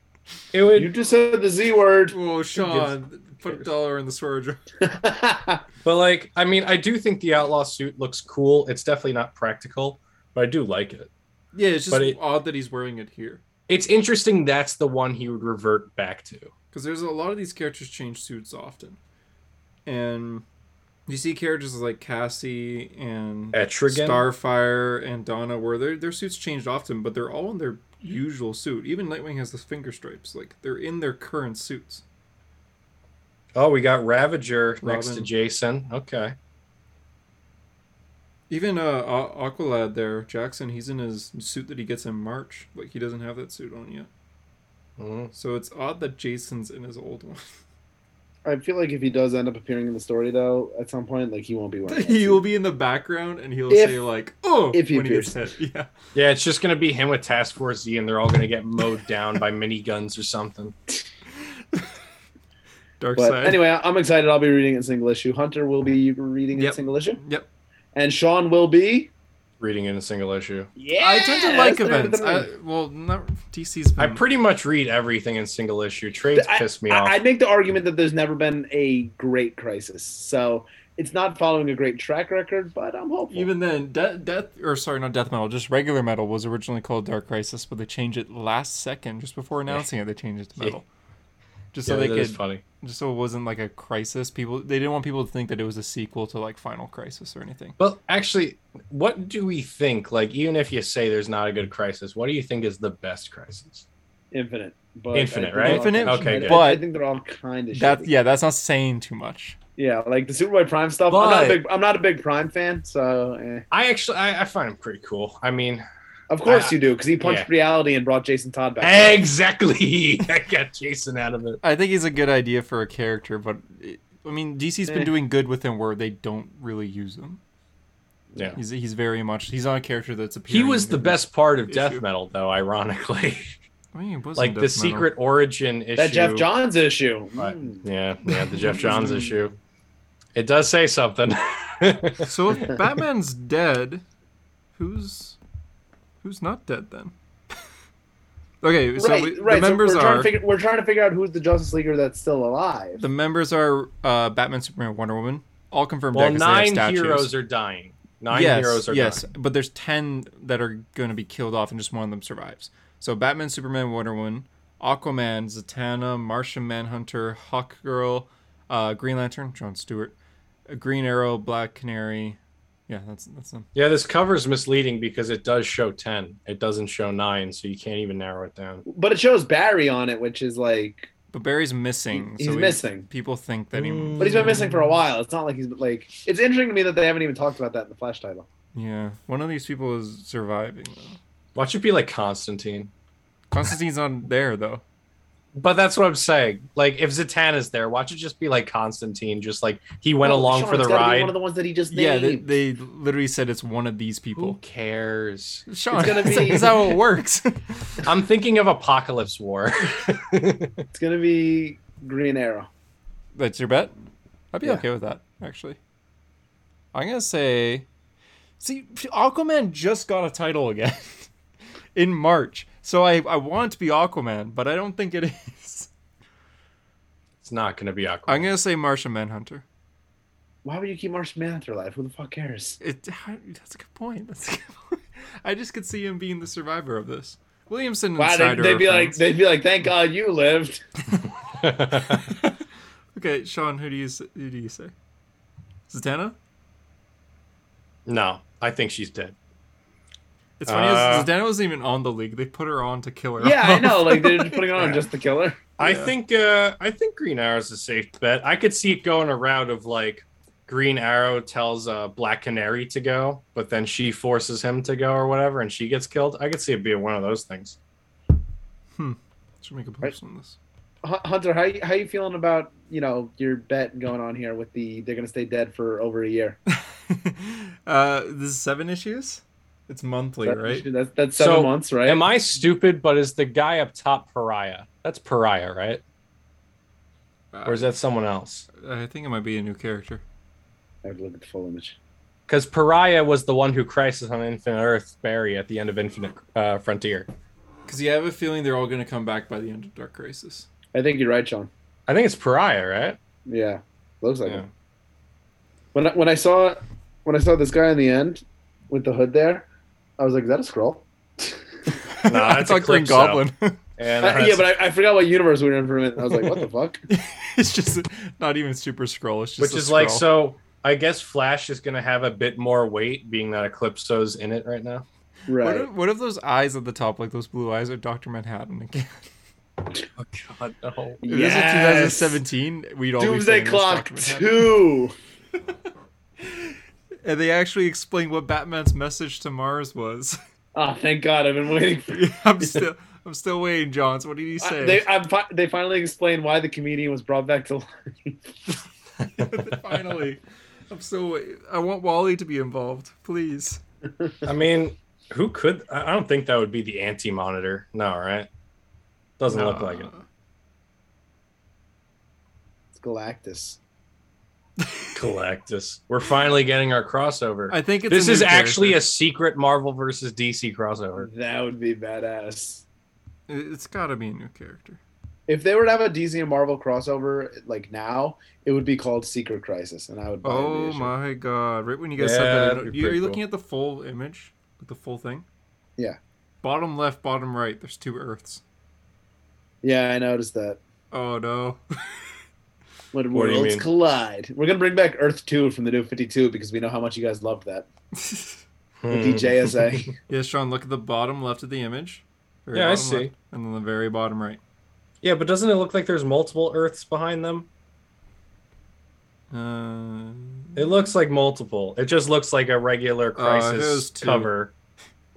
C: it would
A: You just said the Z word.
B: Well, Sean, put a
C: cares?
B: dollar in the swear jar.
C: but like i mean i do think the outlaw suit looks cool it's definitely not practical but i do like it
B: Yeah, it's just
C: But it-
B: odd that he's wearing it here
C: it's interesting that's the one he would revert back to
B: because there's a lot of these characters change suits often, and you see characters like Cassie and
C: etrigan
B: Starfire and Donna were their their suits changed often, but they're all in their usual suit. Even Nightwing has the finger stripes; like they're in their current suits.
C: oh we got ravager next to
B: Robin.
C: jason okay
B: Even uh, A- Aqualad there, Jackson, he's in his suit that he gets in March. Like he doesn't have that suit on yet,
C: Mm.
B: so it's odd that Jason's in his old one.
A: I feel like if he does end up appearing in the story though, at some point, like he won't be wearing. that
B: he
A: suit.
B: will be in the background and he'll
A: If-
B: say like, "Oh,"
A: if he
B: when he gets
A: appears.
B: hit. Yeah.
C: Yeah, it's just gonna be him with Task Force Z, and they're all gonna get mowed down by miniguns or something.
B: Dark
A: But
B: side.
A: anyway, I- I'm excited. I'll be reading it in single issue. Hunter will be reading it in
B: Yep.
A: single issue,
B: Yep.
A: and Sean will be.
C: Reading in a single issue,
A: Yeah,
B: I tend to like
A: that's better
B: events.
A: than me.
B: I, well, not DC's
C: I
B: been
C: pretty much read everything in single issue. Trades
A: I-
C: piss me off.
A: I, I'd make the argument that there's never been a great crisis, so it's not following a great track record. But I'm hopeful.
B: Even then, de- death or sorry, not death metal, just regular metal was originally called Dark Crisis, but they changed it last second, just before announcing it, they changed it to
C: Yeah.
B: metal, just
C: yeah,
B: so they
C: that is
B: could,
C: funny.
B: just so it wasn't like a crisis. People they didn't want people to think that it was a sequel to like Final Crisis or anything.
C: Well, actually, what do we think? Like, even if you say there's not a good crisis, what do you think is the best crisis?
A: infinite, but
C: Infinite,
A: I think they're
C: right?
A: all
B: Infinite?
A: kind-
C: Okay,
A: I-
C: good.
A: I, I
B: But-
A: think they're all kind of.
B: That
A: shitty.
B: yeah, that's not saying too much.
A: yeah, like the Superboy Prime stuff. I'm not a
C: But-
A: big, I'm not a big Prime fan, so eh.
C: I actually, I, I find him pretty cool. I mean,
A: of course
C: I-
A: you do, because he punched
C: Ah, yeah.
A: reality and brought Jason Todd back.
C: exactly. I got Jason out of it.
B: I think he's a good idea for a character, but it, I mean, DC's
A: Eh.
B: been doing good with him where they don't really use him.
C: Yeah.
B: He's he's very much he's not a character that's
C: He
B: appearing.
C: was
B: in
C: the
B: every-
C: best part of
B: issue.
C: death metal, though. Ironically,
B: I mean, it was
C: like
B: in
C: the
B: Death Metal.
C: secret origin issue.
A: That Jeff Johns issue.
C: Right.
A: Mm.
C: Yeah, yeah, the Jeff Johns issue. It does say something.
B: So if Batman's dead, who's who's not dead then? okay, so
A: right,
B: we,
A: right.
B: the
A: so
B: members
A: we're trying,
B: are
A: to figure, we're trying to figure out who's the Justice Leaguer that's still alive.
B: the members are uh, Batman, Superman, Wonder Woman, all confirmed
C: well,
B: dead 'cause they have
C: nine
B: statues.
C: heroes are dying. Nine
B: yes,
C: heroes are
B: yes,
C: dying.
B: but there's ten that are going to be killed off, and just one of them survives. So Batman, Superman, Wonder Woman, Aquaman, Zatanna, Martian Manhunter, Hawk Girl, uh, Green Lantern, John Stewart, uh, Green Arrow, Black Canary. Yeah, that's that's them.
C: Yeah, this cover is misleading because it does show ten. It doesn't show nine, so you can't even narrow it down.
A: but it shows Barry on it, which is like,
B: But Barry's missing.
A: He's
B: so he-
A: missing.
B: People think that he.
C: Mm.
A: but he's been missing for a while. It's not like he's like. It's interesting to me that they haven't even talked about that in the Flash title.
B: Yeah, one of these people is surviving. Though.
C: Watch it be like Constantine.
B: Constantine's not there though.
C: But that's what I'm saying. Like if Zatanna's there, watch it just be like Constantine. Just like he went
A: Well,
C: along
A: Oh, Sean,
C: for the
A: it's gotta be
C: ride.
A: One of the ones that he just
B: Yeah, they,
A: named.
B: they literally said it's one of these
C: Who
B: people.
C: cares?
B: Sean,
A: It's gonna
B: that's-
A: be-
B: that's how it works.
C: I'm thinking of Apocalypse War.
A: It's gonna be Green Arrow.
B: That's your bet. I'd be
A: Yeah.
B: okay with that actually. I'm gonna say, see, Aquaman just got a title again in March, so I I want it to be Aquaman, but I don't think it is.
C: it's not gonna be awkward.
B: I'm gonna say Martian Manhunter.
A: Why would you keep Martian Manhunter alive? Who the fuck cares?
B: It, how- that's a good point. That's a good point. I just could see him being the survivor of this. Williamson and
A: Wow, they,
B: Snyder.
A: they'd
B: are
A: be like,
B: friends.
A: they'd be like, thank God you lived.
B: okay, Sean, who do you s- who do you say? Zatanna.
C: no, I think she's dead.
B: It's funny.
C: Uh,
B: Zatanna wasn't even on the league. They put her on to kill her.
A: Yeah, I
B: off.
A: know. Like they're just putting on just the killer.
C: I
B: Yeah.
C: think uh I think Green Arrow's a safe bet. I could see it going a route of like Green Arrow tells uh Black Canary to go, but then she forces him to go or whatever and she gets killed. I could see it being one of those things.
B: Should make a post on this.
A: Hu- Hunter, how you, how you feeling about you know your bet going on here with the they're gonna stay dead for over a year?
B: uh, this is seven issues. It's monthly,
A: That-
B: right?
A: That's that's seven
C: So,
A: months, right?
C: Am I stupid, but is the guy up top pariah? That's pariah, right? Or is that someone else?
B: Uh, I think it might be a new character.
A: I would look at the full image.
C: Because Pariah was the one who crisis on Infinite Earth Barry at the end of Infinite uh, Frontier.
B: Because you have a feeling they're all going to come back by the end of Dark Crisis.
A: I think you're right, Sean.
C: I think it's Pariah, right?
A: Yeah, looks like
C: Yeah.
A: it. When I, when I saw when I saw this guy in the end with the hood there, I was like, is that a scroll?
B: No,
C: that's
B: it's like Green
C: Eclipse, though.
B: Goblin.
C: And
A: Uh, yeah, but I, I forgot what universe we were in for a minute. I was like, what the fuck?
B: it's just not even Super Scroll. It's just
C: which
B: a
C: is like
B: scroll.
C: so. I guess Flash is gonna have a bit more weight, being that Eclipso's in it right now.
B: What
A: Right.
B: if, what if those eyes at the top, like those blue eyes, are Doctor Manhattan again?
C: Oh God, no!
B: If this is 2017, we'd all
A: Doomsday
B: be saying it's
A: Clock
B: Dr. Manhattan.
A: Two.
B: And they actually explained what Batman's message to Mars was.
A: Ah, Oh, thank God! I've been waiting. For...
B: I'm still I'm still waiting, Johns. What did he say?
A: They, I'm fi- they finally explain why the comedian was brought back to life.
B: Finally, I'm still. Wait- I want Wally to be involved, please.
C: I mean, who could? I I don't think that would be the anti monitor. No, right? Doesn't look like
B: Uh,
C: it.
A: It's Galactus.
C: Galactus. We're finally getting our crossover.
B: I think it's
C: this
B: a
C: is
B: new
C: actually
B: character.
C: a secret Marvel versus DC crossover.
A: That would be badass.
B: It- It's got to be a new character.
A: If they were to have a DC and Marvel crossover like now, it would be called Secret Crisis, and I would buy every
B: Oh
A: issue.
B: my god! Right when you guys
C: Yeah,
B: said
C: that'd
B: that,
C: be
B: you, are
C: pretty
B: you looking
C: cool.
B: at the full image, like the full thing?
A: Yeah.
B: Bottom left, bottom right. There's two Earths.
A: Yeah, I noticed that.
B: Oh no!
A: When
C: What do you
A: worlds
C: mean?
A: collide, we're gonna bring back Earth Two from the New Fifty Two because we know how much you guys loved that.
B: Hmm.
C: Hmm.
A: The DJSA.
B: yeah, Sean. Look at the bottom left of the image. Very
C: Yeah, I
B: bottom
C: see.
B: left, and then the very bottom right.
C: Yeah, but doesn't it look like there's multiple Earths behind them?
B: Uh,
C: It looks like multiple. It just looks like a regular
B: Uh, those
C: crisis
B: two.
C: cover.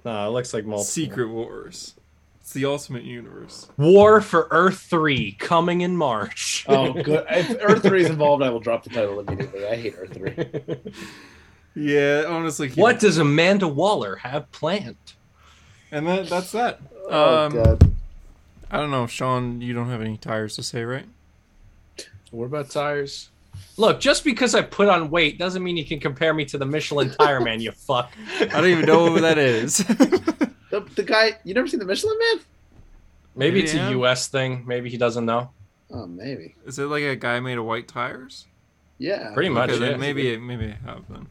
C: No, it looks like multiple.
B: Secret Wars. It's the ultimate universe.
C: War for Earth 3 coming in March.
A: oh, good. If Earth Three is involved, I will drop the title immediately. I hate Earth Three.
B: Yeah, honestly. cute.
C: what does Amanda Waller have planned?
B: And that, that's that.
A: oh
B: um,
A: god,
B: I don't know, Sean. You don't have any tires to say, right?
C: What about tires? Look, just because I put on weight doesn't mean you can compare me to the Michelin tire man, you fuck.
B: I don't even know who that is.
A: the, the guy. You never seen the Michelin Man?
C: Maybe it's
B: Yeah.
C: a US thing. Maybe he doesn't know.
A: Oh, maybe.
B: is it like a guy made of white tires?
A: Yeah.
C: Pretty much.
B: Okay, then
C: yeah.
B: maybe maybe I have then.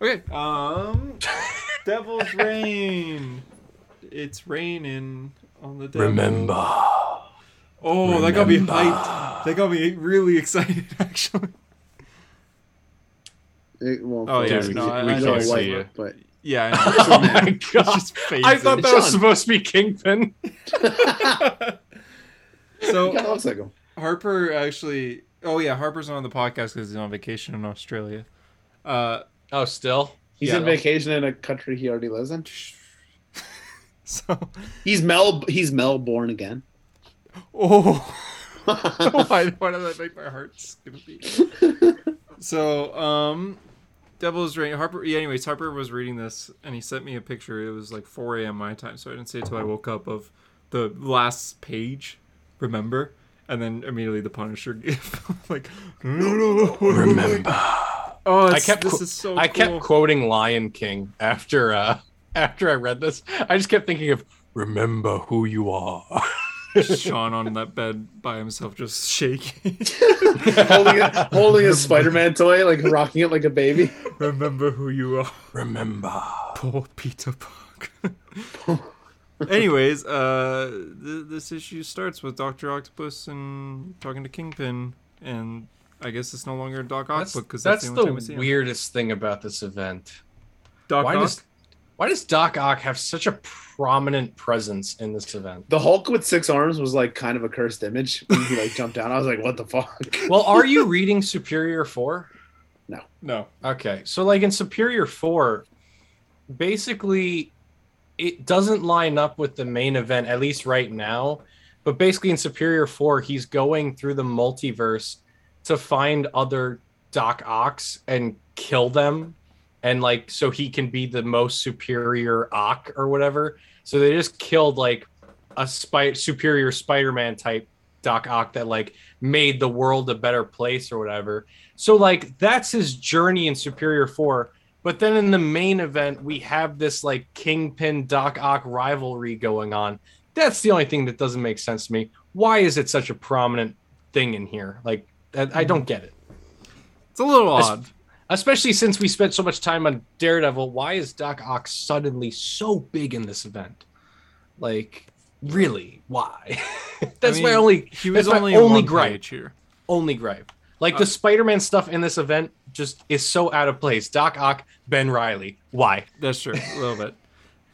B: Okay. Um, Devil's Rain. It's raining on the devil. Oh, that got me hyped. That got me really excited, actually.
A: It won't.
B: Oh, yeah,
A: focus.
B: no, I- I
A: It's
B: know
A: all
B: it's
A: white,
C: you.
A: But
B: Yeah.
C: Oh
B: I know.
C: my
B: It's
C: god.
B: just fades
C: I thought
B: in.
C: that was
A: Sean.
C: supposed to be Kingpin.
A: it kind
B: so
A: of looks like him.
B: Harper actually. Oh yeah, Harper's not on the podcast because he's on vacation in Australia. Uh,
C: Oh, still.
A: He's
B: Yeah.
A: on vacation in a country he already lives in.
B: so
A: He's Mel. He's Mel born again.
B: oh.
A: I
B: why, why did that make Oh my heart skip a beat? So, um, Devil's Rain. Harper. Yeah, anyways, Harper was reading this and he sent me a picture. It was like 4 a.m. my time, so I didn't see it till I woke up of the last page. Remember. And then immediately the Punisher gif, like no no no remember. Oh,
C: I
B: I
C: kept
B: kept this
C: qu-
B: is so.
C: I
B: cool.
C: kept quoting Lion King after uh after I read this. I just kept thinking of remember who you are.
B: Sean on that bed by himself, just shaking.
A: holding, a, holding a Spider-Man toy, like rocking it like a baby.
B: Remember who you are,
C: remember.
B: poor Peter Parker. Anyways, uh, th- this issue starts with Doctor Octopus and talking to Kingpin, and I guess it's no longer Doc Ock
C: That's,
B: because
C: that's
B: that's, the only time we
C: the
B: see him.
C: weirdest thing about this event.
B: Doc
C: Why
B: Ock.
C: does why does Doc Ock have such a prominent presence in this event?
A: The Hulk with six arms was like kind of a cursed image. When he like jumped down, I was like, "What the fuck?"
C: Well, are you reading Superior 4?
B: No,
C: Okay. So like in Superior 4, basically it doesn't line up with the main event at least right now, but basically in Superior 4 he's going through the multiverse to find other Doc Ox and kill them and like so he can be the most superior Ock or whatever. So they just killed like a spy- superior Spider-Man type Doc Ock that like made the world a better place or whatever. So like that's his journey in Superior Four. But then in the main event, we have this like Kingpin Doc Ock rivalry going on. That's the only thing that doesn't make sense to me. Why is it such a prominent thing in here? Like I I don't get it.
B: it's a little
C: It's-
B: odd.
C: Especially since we spent so much time on Daredevil, why is Doc Ock suddenly so big in this event? Like, really? Why? that's my
B: mean,
C: only.
B: He was
C: that's my
B: only in one
C: gripe
B: page here.
C: only gripe. Like
B: Uh,
C: the Spider-Man stuff in this event just is so out of place. Doc Ock, Ben Riley, why?
B: That's true, a little bit.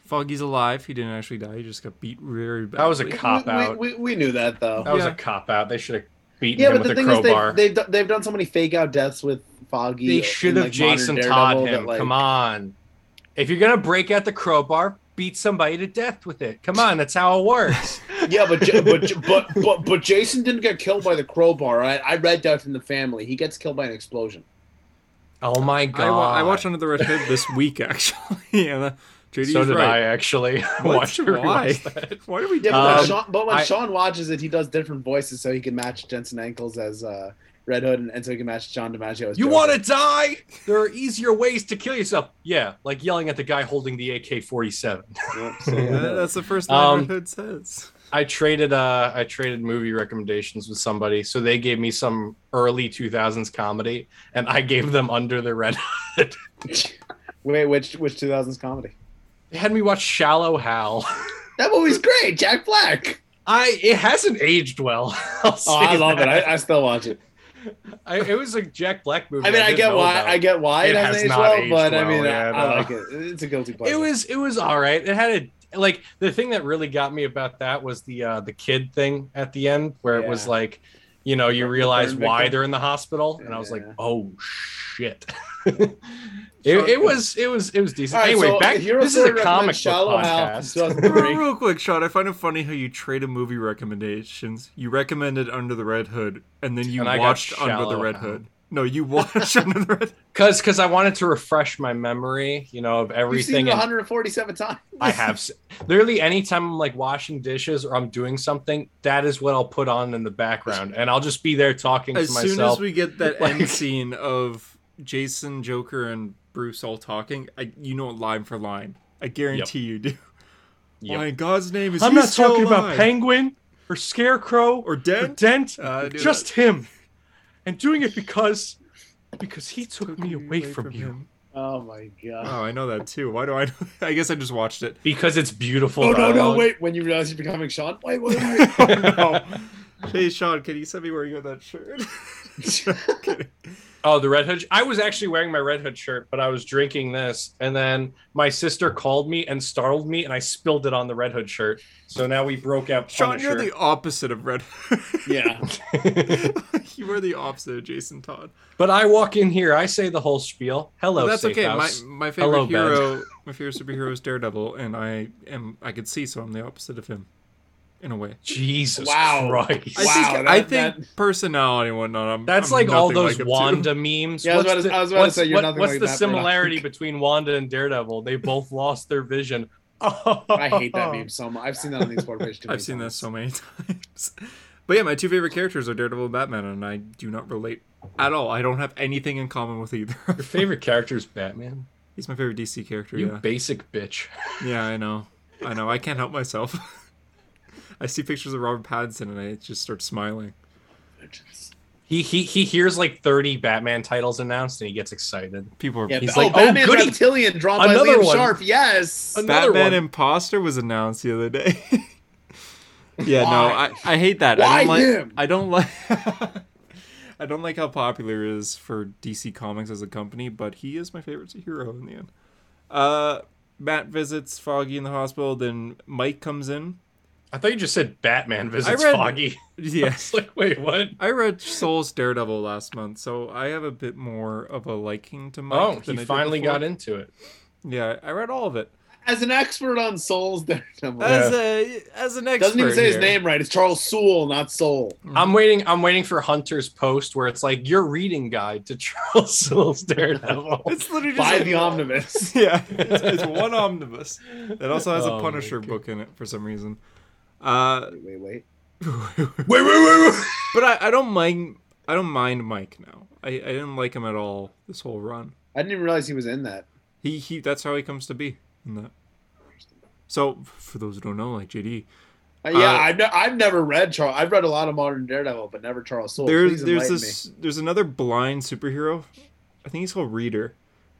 B: Foggy's alive. He didn't actually die. He just got beat very bad.
C: That was a
A: We-
C: cop
A: we,
C: out.
A: We, we knew that though.
C: That was
B: Yeah.
C: a cop out. They should have beaten
A: yeah,
C: him
A: but
C: with
A: the
C: a
A: thing
C: crowbar.
A: is, they've they've, do- they've done so many fake out deaths with Foggy.
C: they
A: and,
C: should have
A: like, modern
C: Jason
A: Daredevil
C: Todd
A: that,
C: him.
A: like-
C: Come on. If you're gonna break out the crowbar, beat somebody to death with it. Come on, that's how it works.
A: Yeah, but Ja- but Ja- but but but Jason didn't get killed by the crowbar. I, I read that from the family. He gets killed by an explosion.
C: oh my
B: I,
C: god!
B: wa- I watched Under the Red Hood this week actually. uh, yeah, JD
C: so
B: is
C: did I
B: right.
C: actually.
B: What?
C: watched her
B: Why?
C: watch that.
B: Why do we do Uh,
A: Yeah, but, when,
C: Um,
A: Sean, but when
C: I-
A: Sean watches it, he does different voices so he can match Jensen Ankles as uh, Red Hood, and, and so he can match John DiMaggio as.
C: You
A: Joker.
C: want to die? There are easier ways to kill yourself. Yeah, like yelling at the guy holding the AK-47.
A: Yep, so,
B: that?
A: uh,
B: That's the first line
C: Um,
B: Red Hood says.
C: I traded uh I traded movie recommendations with somebody, so they gave me some early 2000s comedy, and I gave them Under the Red.
A: Wait, which which 2000s comedy?
C: They had me watch Shallow Hal.
A: That movie's great. Jack Black.
C: I it hasn't aged well. I'll
A: Oh, I
C: say
A: love it.
C: that.
A: I, I still watch it.
C: I, it was a Jack Black movie.
A: I mean, I,
C: didn't
A: get
C: know
A: why
C: about.
A: I get why it
C: It
A: hasn't
C: has
A: aged
C: not
A: well,
C: aged
A: but I
C: well,
A: mean, I,
C: yeah,
A: I
C: no.
A: like it. It's a guilty pleasure.
C: It was it was all right. It had a like the thing that really got me about that was the uh the kid thing at the end where it was
A: Yeah.
C: like, you know, you
A: Burn
C: realize
A: victim.
C: why they're in the hospital, and I was like,
A: Yeah.
C: oh shit. it, it was it was it was decent.
A: All right,
C: anyway,
A: so
C: back
A: if you're
C: this is a
A: gonna recommend
C: comic book
A: Shallow Hal from
C: podcast.
A: 2003
B: real, real quick, Sean. I find it funny how you traded movie recommendations. You recommended Under the Red Hood, and then you
C: And I got
B: watched Under the
C: Shallow
B: Red
C: Hal.
B: Hood. No, you watched Under the Red.
C: Because because I wanted to refresh my memory, you know, of
A: You've seen
C: everything.
A: it
C: and-
A: 147 times.
C: I have s- literally anytime I'm like washing dishes or I'm doing something, that is what I'll put on in the background, and I'll just be there talking
B: As
C: to
B: soon
C: myself.
B: as we get that
C: Like-
B: end scene of Jason, Joker, and Bruce all talking, I, you know it line for line. I guarantee you do.
C: Yep.
B: Why in God's name is
C: I'm
B: he
C: not
B: still
C: talking about
B: alive?
C: Penguin or Scarecrow or
B: or Dent.
C: Dent,
B: Uh, I do
C: just him, and doing it because because he took, me away from, you.
A: Oh my god.
B: Oh, I know that too. Why do I? Know that? I guess I just watched it.
C: Because it's beautiful.
A: Oh no no
C: dialogue.
A: wait! When you realize you're becoming Sean, wait wait wait.
B: Oh, no. Hey, Sean, can you send me where you got that shirt? Kidding.
C: Oh, the Red Hood. sh- I was actually wearing my Red Hood shirt, but I was drinking this, and then my sister called me and startled me, and I spilled it on the Red Hood shirt. So now we broke out.
B: Sean,
C: Punisher.
B: you're the opposite of Red.
A: yeah.
B: you are the opposite of Jason Todd.
C: But I walk in here, I say the whole spiel. Hello,
B: But that's okay. My
C: Steakhouse.
B: my favorite
C: Hello, Ben.
B: hero, my favorite superhero is Daredevil, and I am I could see, so I'm the opposite of him, in a way.
C: Jesus
A: Wow.
C: Christ.
B: I
A: Wow,
B: think
A: that-
B: I think
A: that-
B: personality and whatnot. I'm,
C: That's
B: I'm
C: like all
B: nothing
C: those
B: like him, too.
C: Wanda memes.
A: Yeah, I was
C: What's
A: about to-
C: the-
A: I was about to
C: what's-
A: say you're
C: what-
A: nothing
C: What's
A: like that,
C: the
A: Murdoch.
C: similarity between Wanda and Daredevil? They both lost their vision.
A: I hate that meme so much. I've seen that on the explore page too. many
B: I've seen that
A: times.
B: so many times. But yeah, my two favorite characters are Daredevil and Batman, and I do not relate at all. I don't have anything in common with either. of
C: Your
B: them.
C: favorite character is Batman.
B: He's my favorite DC character.
C: You
B: yeah,
C: basic bitch.
B: yeah, I know, I know. I can't help myself. I see pictures of Robert Pattinson, and I just start smiling.
C: He he he hears like 30 Batman titles announced and he gets excited.
B: People are.
A: Yeah,
C: He's
A: oh,
C: like, oh,
A: Batman's
C: goody.
A: reptilian drawn by
C: Another
A: Liam
C: one.
A: Sharp. Yes.
C: An- another
B: Batman
C: one.
B: Imposter was announced the other day. yeah, no,
A: Why?
B: I, I hate that.
A: Why
B: I don't like
A: him?
B: I don't like I don't like how popular it is for DC Comics as a company, but he is my favorite hero in the end. Uh Matt visits Foggy in the hospital, then Mike comes in.
C: I thought you just said Batman visits
B: read-
C: Foggy.
B: Yeah.
C: It's like, wait, what?
B: I read Soul's Daredevil last month, so I have a bit more of a liking to Mike.
C: Oh,
B: than I
C: he
B: did
C: finally
B: before.
C: got into it.
B: Yeah, I read all of it.
A: As an expert on souls, Daredevil.
B: As a as an expert.
A: Doesn't even say his
B: here.
A: name right. It's Charles Sewell, not Soul.
C: I'm waiting. I'm waiting for Hunter's post where it's like your reading guide to Charles Soule's Daredevil.
B: It's literally just
A: By
B: a-
A: the omnibus.
B: yeah, it's, it's one omnibus that also has
C: Oh
B: a
C: my
B: Punisher
C: God.
B: book in it for some reason. Uh,
A: wait, wait, wait.
B: but
C: wait, wait, wait, wait.
B: I, I don't mind. I don't mind Mike now. I, I didn't like him at all this whole run.
A: I didn't even realize he was in that.
B: He he. That's how he comes to be. In that. So for those who don't know, like JD,
A: Uh, yeah,
B: Uh,
A: I've, ne- I've never read Charles. I've read a lot of modern Daredevil, but never Charles Soule. Please
B: there's there's
A: enlighten
B: this there's another blind superhero. I think he's called Reader,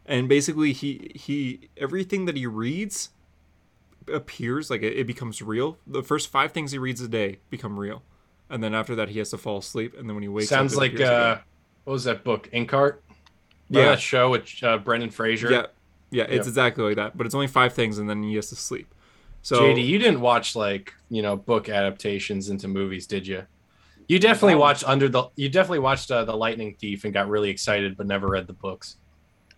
B: and basically he he everything that he reads appears like it, it becomes real. The first five things he reads a day become real, and then after that he has to fall asleep, and then when he wakes
C: Sounds
B: up, it
C: like
B: appears
C: uh,
B: again.
C: what was that book? Inkart.
B: Yeah.
C: Yeah, that show with uh, Brendan Fraser.
B: yeah yeah it's exactly like that. But it's only five things, and then he has to sleep. So
C: JD, you didn't watch like you know book adaptations into movies, did you? You definitely
A: No.
C: watched under the. You definitely watched uh, the Lightning Thief and got really excited, but never read the books.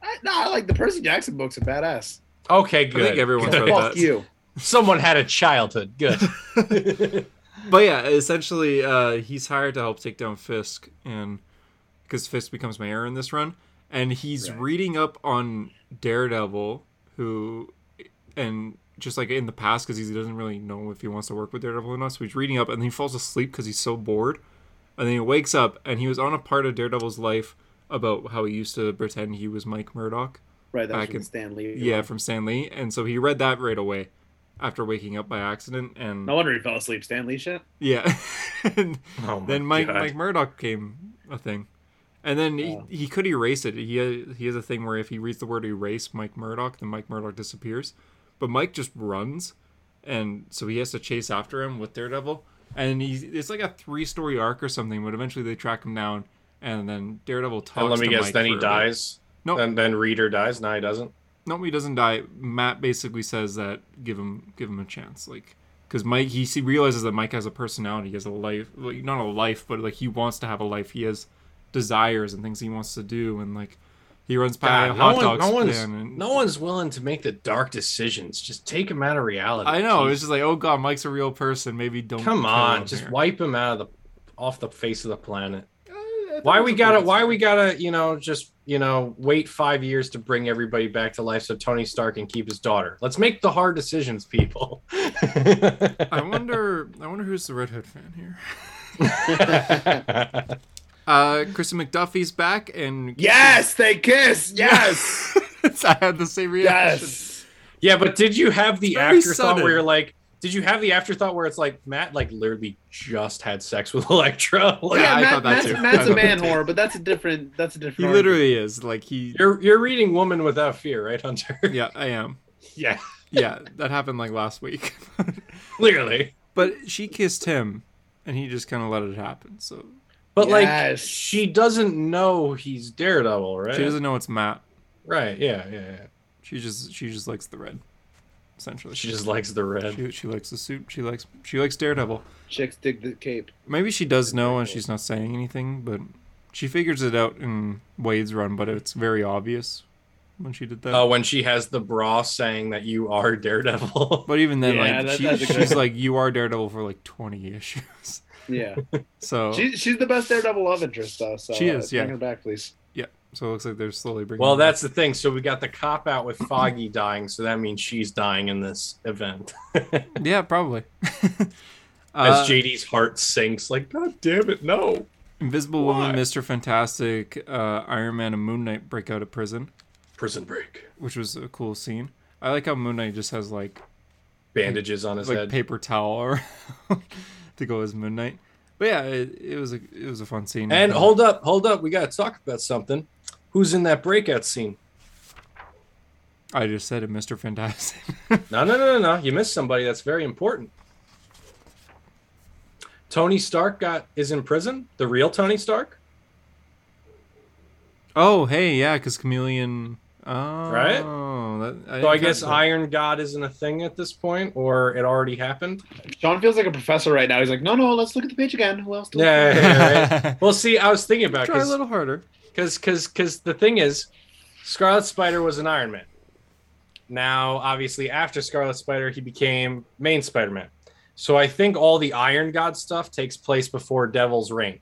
A: me. I, no, I like the Percy Jackson books are badass.
C: Okay, good.
B: think everyone
C: Good.
B: Right, thought
A: Fuck
B: that's-
A: you.
C: Someone had a childhood. Good. Oh
B: But yeah, essentially, uh, he's hired to help take down Fisk, and because Fisk becomes mayor in this run, and he's
A: Right.
B: reading up on Daredevil, who, and just like in the past, because he doesn't really know if he wants to work with Daredevil or not, so he's reading up, and then he falls asleep because he's so bored, and then he wakes up, and he was on a part of Daredevil's life about how he used to pretend he was Mike Murdoch,
A: Right,
B: Back
A: that's from
B: in-
A: Stan Lee.
B: yeah, from Stan Lee, and so he read that right away after waking up by accident, and
A: No wonder he fell asleep. Stan Lee shit.
B: yeah. and,
C: Oh my
B: then Mike
C: God.
B: Mike Murdoch came a thing, and then he,
A: Yeah.
B: he could erase it. He uh, he has a thing where if he reads the word erase Mike Murdoch, then Mike Murdoch disappears. But Mike just runs, and so he has to chase after him with Daredevil. And he's it's like a three story arc or something. But eventually they track him down, and then Daredevil talks.
C: And let me
B: to
C: guess.
B: Mike
C: then he
B: for a bit.
C: dies.
B: No.
C: Then then Reader dies. No, he doesn't.
B: No, he doesn't die. Matt basically says that give him give him a chance, like because Mike he see, realizes that Mike has a personality, he has a life, like not a life, but like he wants to have a life. He has desires and things he wants to do, and like he runs by a
C: God,
B: hot
C: no, one,
B: dog
C: no one's
B: stand. And,
C: no one's willing to make the dark decisions. Just take him out of reality.
B: I know it's
C: Jeez.
B: just like oh god, Mike's a real person. Maybe don't
C: Come
B: kill
C: on,
B: him
C: just
B: here.
C: wipe him out of the off the face of the planet.
B: Uh, I- I think
C: Why
B: that's
C: we
B: a
C: gotta?
B: good
C: Why
B: answer.
C: we gotta? You know, just you know, wait five years to bring everybody back to life so Tony Stark can keep his daughter. Let's make the hard decisions, people.
B: I wonder. I wonder who's the redhead fan here.
C: That's
B: Uh, Kristen McDuffie's back, and
A: Yes, they kiss. Yes,
B: I had the same reaction.
A: yes.
C: Yeah, but did you have the
B: It's very
C: afterthought
B: sudden.
C: where you're like, did you have the afterthought where it's like Matt like literally just had sex with Electra? Like,
B: Oh, Yeah,
A: yeah,
B: I
A: Matt,
B: thought that
A: Matt's,
B: too. I
A: Matt's
B: thought
A: a
B: that
A: man
B: too.
A: whore, but that's a different. That's a different.
B: He
A: argument.
B: literally is like he.
C: You're you're reading Woman Without Fear, right, Hunter?
B: yeah, I am.
C: yeah,
B: Yeah, that happened like last week.
C: clearly.
B: but she kissed him, and he just kind of let it happen. So
C: But like
A: Yes.
C: she doesn't know he's Daredevil, right?
B: she doesn't know it's Matt.
C: Right, yeah, yeah, yeah.
B: She just she just likes the red, essentially.
C: She just likes the red.
B: she, she likes the suit. She likes she likes Daredevil.
A: Chicks dig the cape.
B: Maybe she does know, and she's not saying anything. But she figures it out in Wade's run. But it's very obvious when she did that.
C: Oh, when she has the bra saying that you are Daredevil.
B: But even then,
A: Yeah,
B: like
A: that-
B: she,
A: that's a good
B: she's
A: one.
B: like, you are Daredevil for like twenty issues.
A: Yeah,
B: So
A: she, she's the best Daredevil love interest though. So
B: Oh. She
A: uh,
B: is, yeah.
A: Bring her back, please.
B: yeah, so it looks like they're slowly bringing.
C: well,
B: her back.
C: that's the thing. So we got the cop out with Foggy dying, so that means she's dying in this event.
B: yeah, probably. Uh,
C: As JD's heart sinks, like, God damn it, no.
B: Invisible
C: Why?
B: Woman, Mister Fantastic, uh, Iron Man, and Moon Knight break out of prison,
C: Prison break.
B: which was a cool scene. I like how Moon Knight just has like
C: Bandages on his
B: like
C: head.
B: paper towel around to go as Moon Knight. But yeah, it, it was a it was a fun scene. Uh,
C: and hold up, hold up. We got to talk about something. Who's in that breakout scene?
B: I just said it, Mister Fantastic.
C: No, no, no, no, no. You missed somebody that's very important. Tony Stark got is in prison. The real Tony Stark.
B: oh hey, yeah, because Chameleon. Oh,
C: Right?
B: That, I
C: So I
B: didn't
C: guess
B: catch that.
C: Iron God isn't a thing at this point, or it already happened.
A: Sean feels like a professor right now. He's like, no, no, let's look at the page again. Who else? do we
C: Yeah,
A: have?"
C: yeah, yeah, right? well, see, I was thinking about
B: Try a
C: because
B: little harder.
C: because because because the thing is, Scarlet Spider was an Iron Man. Now, obviously, after Scarlet Spider, he became main Spider Man. So I think all the Iron God stuff takes place before Devil's Reign.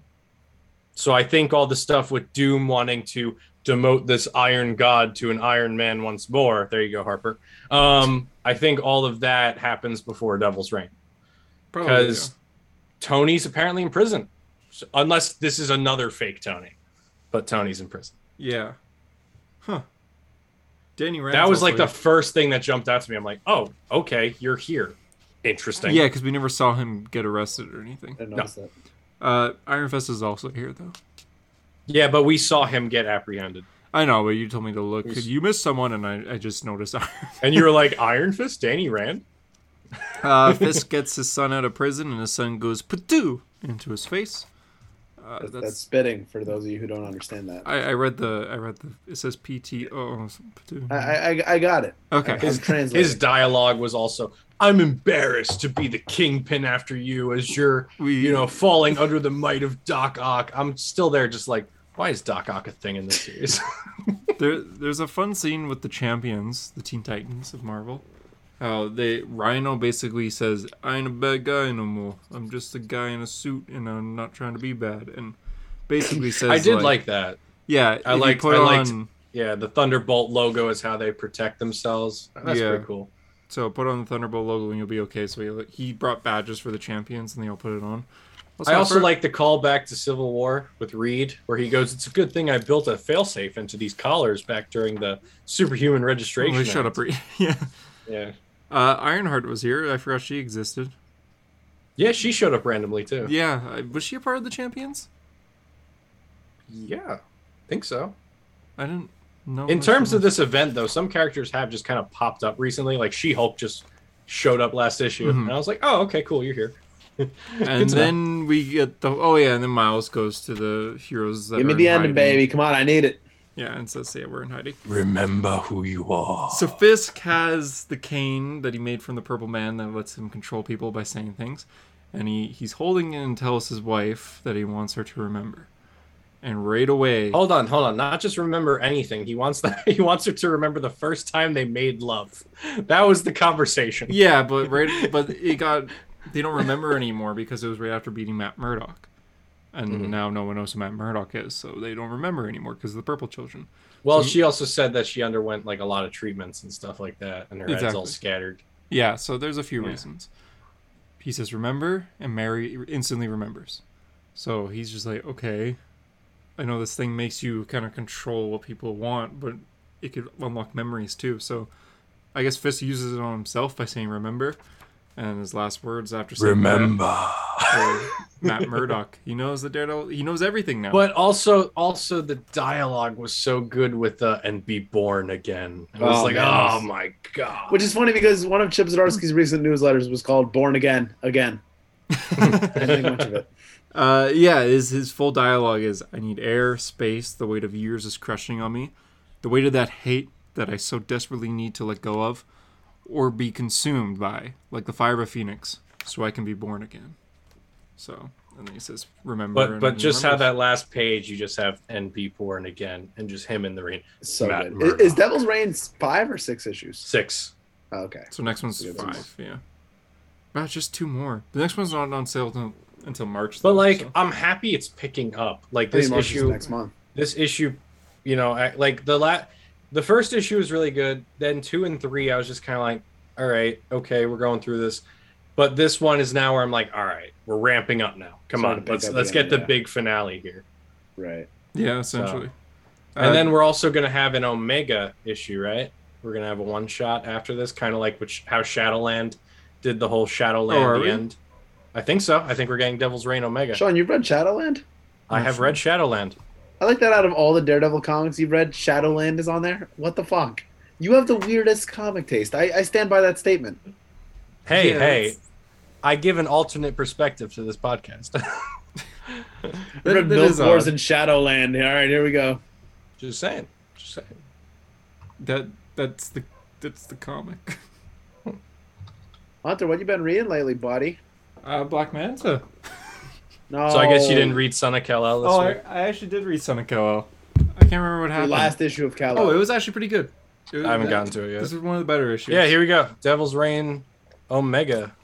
C: So I think all the stuff with Doom wanting to demote this Iron God to an Iron Man once more. There you go, Harper. Um, I think all of that happens before Devil's Reign
B: Probably,
C: because
B: yeah.
C: Tony's apparently in prison, So- unless this is another fake Tony. But Tony's in prison.
B: Yeah. Huh. Danny Rand.
C: that was like the first thing that jumped out to me. I'm like, oh, okay, you're here. Interesting.
B: Yeah, because we never saw him get arrested or anything.
A: I didn't notice that.
B: Uh, Iron Fist is also here though.
C: Yeah, but we saw him get apprehended,
B: I know, but you told me to look.
C: Who's-
B: You missed someone, and I, I just noticed. Iron
C: and you were like, Iron Fist, Danny Rand.
B: uh, Fist gets his son out of prison, and his son goes patoo into his face. Uh,
A: That's,
B: that's,
A: that's spitting for those of you who don't understand that.
B: I, I read the I read the it says PT oh patoo.
A: I, I, I- I got it.
B: okay.
A: His translator.
C: His dialogue was also, I'm embarrassed to be the kingpin after you as you're,
B: we
C: you know, falling under the might of Doc Ock. I'm still there, just like, Why is Doc Ock a thing in this series?
B: There, there's a fun scene with the champions, the Teen Titans of Marvel. How they Rhino basically says, "I ain't a bad guy no more. I'm just a guy in a suit, and I'm not trying to be bad." And basically says,
C: I did like, that.
B: yeah,
C: I
B: if you
C: liked-
B: put
C: I liked-
B: on-
C: Yeah, the Thunderbolt logo is how they protect themselves. That's
B: Yeah.
C: pretty cool.
B: So put on the Thunderbolt logo and you'll be okay. So he, he brought badges for the champions and they all put it on. Let's
C: I
B: not
C: also
B: for-
C: like the callback to Civil War with Reed, where he goes, "It's a good thing I built a failsafe into these collars back during the superhuman
B: Oh,
C: registration."
B: wait, shut up,
C: Act."
B: Reed. yeah.
C: Yeah,
B: Uh, Ironheart was here. I forgot she existed.
C: yeah, she showed up randomly too.
B: Yeah, I, was she a part of the champions?
C: Yeah, think so.
B: I didn't know.
C: In
B: much
C: terms
B: about-
C: of this event, though, some characters have just kind of popped up recently. Like She Hulk just showed up last issue,
B: Mhm.
C: and I was like, "Oh, okay, cool, you're here." Good
B: and
C: to know.
B: then we get the oh yeah, and then Miles goes to the heroes. That
A: Give me
B: are
A: the
B: in
A: ending,
B: hiding.
A: baby. Come on, I need it.
B: Yeah, and says, "Yeah, we're in hiding."
C: remember who you are.
B: So Fisk has the cane that he made from the Purple Man that lets him control people by saying things, and he he's holding it and tells his wife that he wants her to remember. And right away,
A: Oh.
C: Hold on, hold on. Not just remember anything. He wants that. He wants her to remember the first time they made love. That was the conversation.
B: yeah, but right, but it got they don't remember anymore because it was right after beating Matt Murdock, and
A: Mm-hmm.
C: Mhm.
B: now no one knows who Matt Murdock is, so they don't remember anymore because of the Purple Children.
C: Well,
B: So-
C: she also said that she underwent like a lot of treatments and stuff like that, and her head's all
B: Exactly.
C: scattered.
B: Yeah, so there's a few
C: Yeah.
B: reasons. He says remember, and Mary instantly remembers. So he's just like, okay, I know this thing makes you kind of control what people want, but it could unlock memories too. So I guess Fisk uses it on himself by saying remember, and his last words after saying that were, Matt Murdock. He knows the Daredevil. He knows everything now.
C: But also, also the dialogue was so good with the "and be born again." I was
A: Oh,
C: like,
A: man.
C: oh my god.
A: Which is funny because one of Chip Zdarsky's recent newsletters was called "Born Again." Again, I didn't think much of it.
B: Uh, yeah, his his full dialogue is I need air, space, the weight of years is crushing on me. The weight of that hate that I so desperately need to let go of or be consumed by, like the fire of a phoenix, so I can be born again. So and then he says, Remember
C: but
B: and
C: but just
B: remember.
C: how that last page, you just have "and be born again," and just him in the ring.
A: So
C: Matt
A: good.
C: Murdock.
A: Is, is Devil's Reign five or six issues?
C: Six.
A: Oh, okay.
B: So next one's
A: Yeah, it's-
B: five, yeah. About just two more. The next one's not on sale until, until March.
C: But
B: though,
C: like,
B: so-
C: I'm happy it's picking up. Like
A: I think
C: this
A: March is
C: issue.
A: next month.
C: this issue, you know, I, like the la- the first issue was really good. Then two and three, I was just kind of like, all right, okay, we're going through this. But this one is now where I'm like, all right, we're ramping up now. Come
A: Starting
C: on,
A: to pick
C: let's
A: up
C: let's
A: again,
C: get the
A: yeah.
C: big finale here.
A: Right.
B: Yeah, essentially.
C: And
B: Uh,
C: then we're also gonna have an Omega issue, right? We're gonna have a one shot after this, kind of like which how Shadowland did the whole
B: Oh, are
C: Shadowland the
B: we?
C: end. I think so. I think we're getting Devil's Reign Omega.
A: Sean, you've read Shadowland?
C: I have read Shadowland.
A: I like that out of all the Daredevil comics you've read, Shadowland is on there. What the fuck? You have the weirdest comic taste. I, I stand by that statement.
C: Hey,
B: Yeah,
C: hey,
B: that's-
C: I give an alternate perspective to this podcast.
B: That-
A: read
B: that
A: Build
B: is odd.
C: uh,
A: Wars in Shadowland. All right, here we go.
C: Just saying. Just saying.
B: that that's the that's the comic.
A: Hunter, what you been reading lately, buddy?
B: Uh, Black Manta.
A: No.
C: So I guess you didn't read Sonic LL this
B: Oh, I,
C: week.
B: I actually did read Sonic LL. I can't remember what
A: the
B: happened.
A: last issue of Cal.
B: oh, it was actually pretty good. It was-
C: I haven't
B: that-
C: gotten to it
B: This
C: yet.
B: is one of the better issues.
C: Yeah, here we go. Devil's Reign Omega.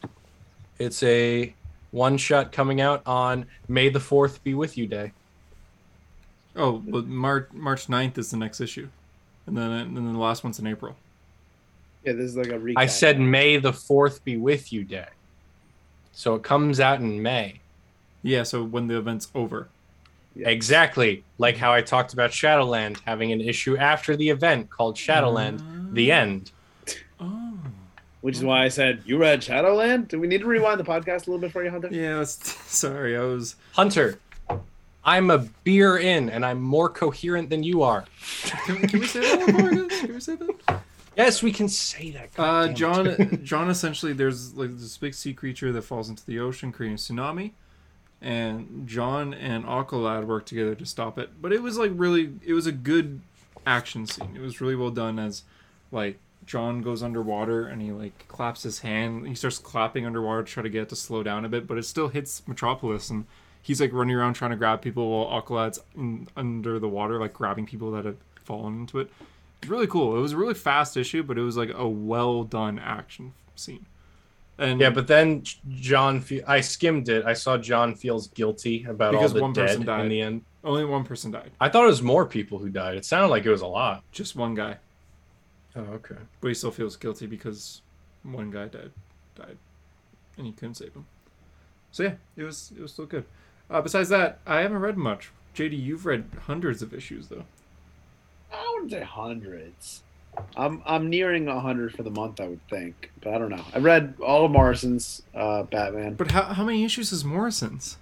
C: It's a one shot coming out on May the 4th be with you day.
B: Oh, but March March 9th is the next issue, and then and then the last one's in April.
A: yeah, this is like a recap.
C: I said May the 4th be with you day. So it comes out in May.
B: Yeah, so when the event's over.
A: Yeah.
C: Exactly like how I talked about Shadowland having an issue after the event called Shadowland
B: Ah.
C: The End.
B: Oh.
A: which is why I said you read Shadowland. Do we need to rewind the podcast a little bit for you, Hunter?
B: Yeah. That's, sorry, I was.
C: Hunter, I'm a beer in and I'm more coherent than you are.
B: Can, can we say that? one more again? Can we say that?
C: Yes, we can say that.
B: Uh,
C: goddammit.
B: John, John essentially there's like this big sea creature that falls into the ocean, creating a tsunami, and John and Aqualad work together to stop it. But it was like really, it was a good action scene. It was really well done as, like John goes underwater and he like claps his hand. He starts clapping underwater to try to get it to slow down a bit, but it still hits Metropolis and he's like running around trying to grab people while Aqualad's in, under the water, like grabbing people that have fallen into it. It's really cool. It was a really fast issue, but it was like a well done action scene. And
C: Yeah, but then John. Fe- I skimmed it. I saw John feels guilty about
B: Because
C: all the
B: one person
C: dead
B: died.
C: in the end.
B: only one person died,
C: I thought it was more people who died. It sounded like it was a lot.
B: just one guy,
C: Oh, okay.
B: but he still feels guilty because one guy died, died, and he couldn't save him. So yeah, it was it was still good. Uh, besides that, I haven't read much. JD, you've read hundreds of issues though.
A: I wouldn't say hundreds. I'm I'm nearing hundred for the month, I would think, but I don't know. I read all of Morrison's uh, Batman.
B: But how, how many issues is Morrison's?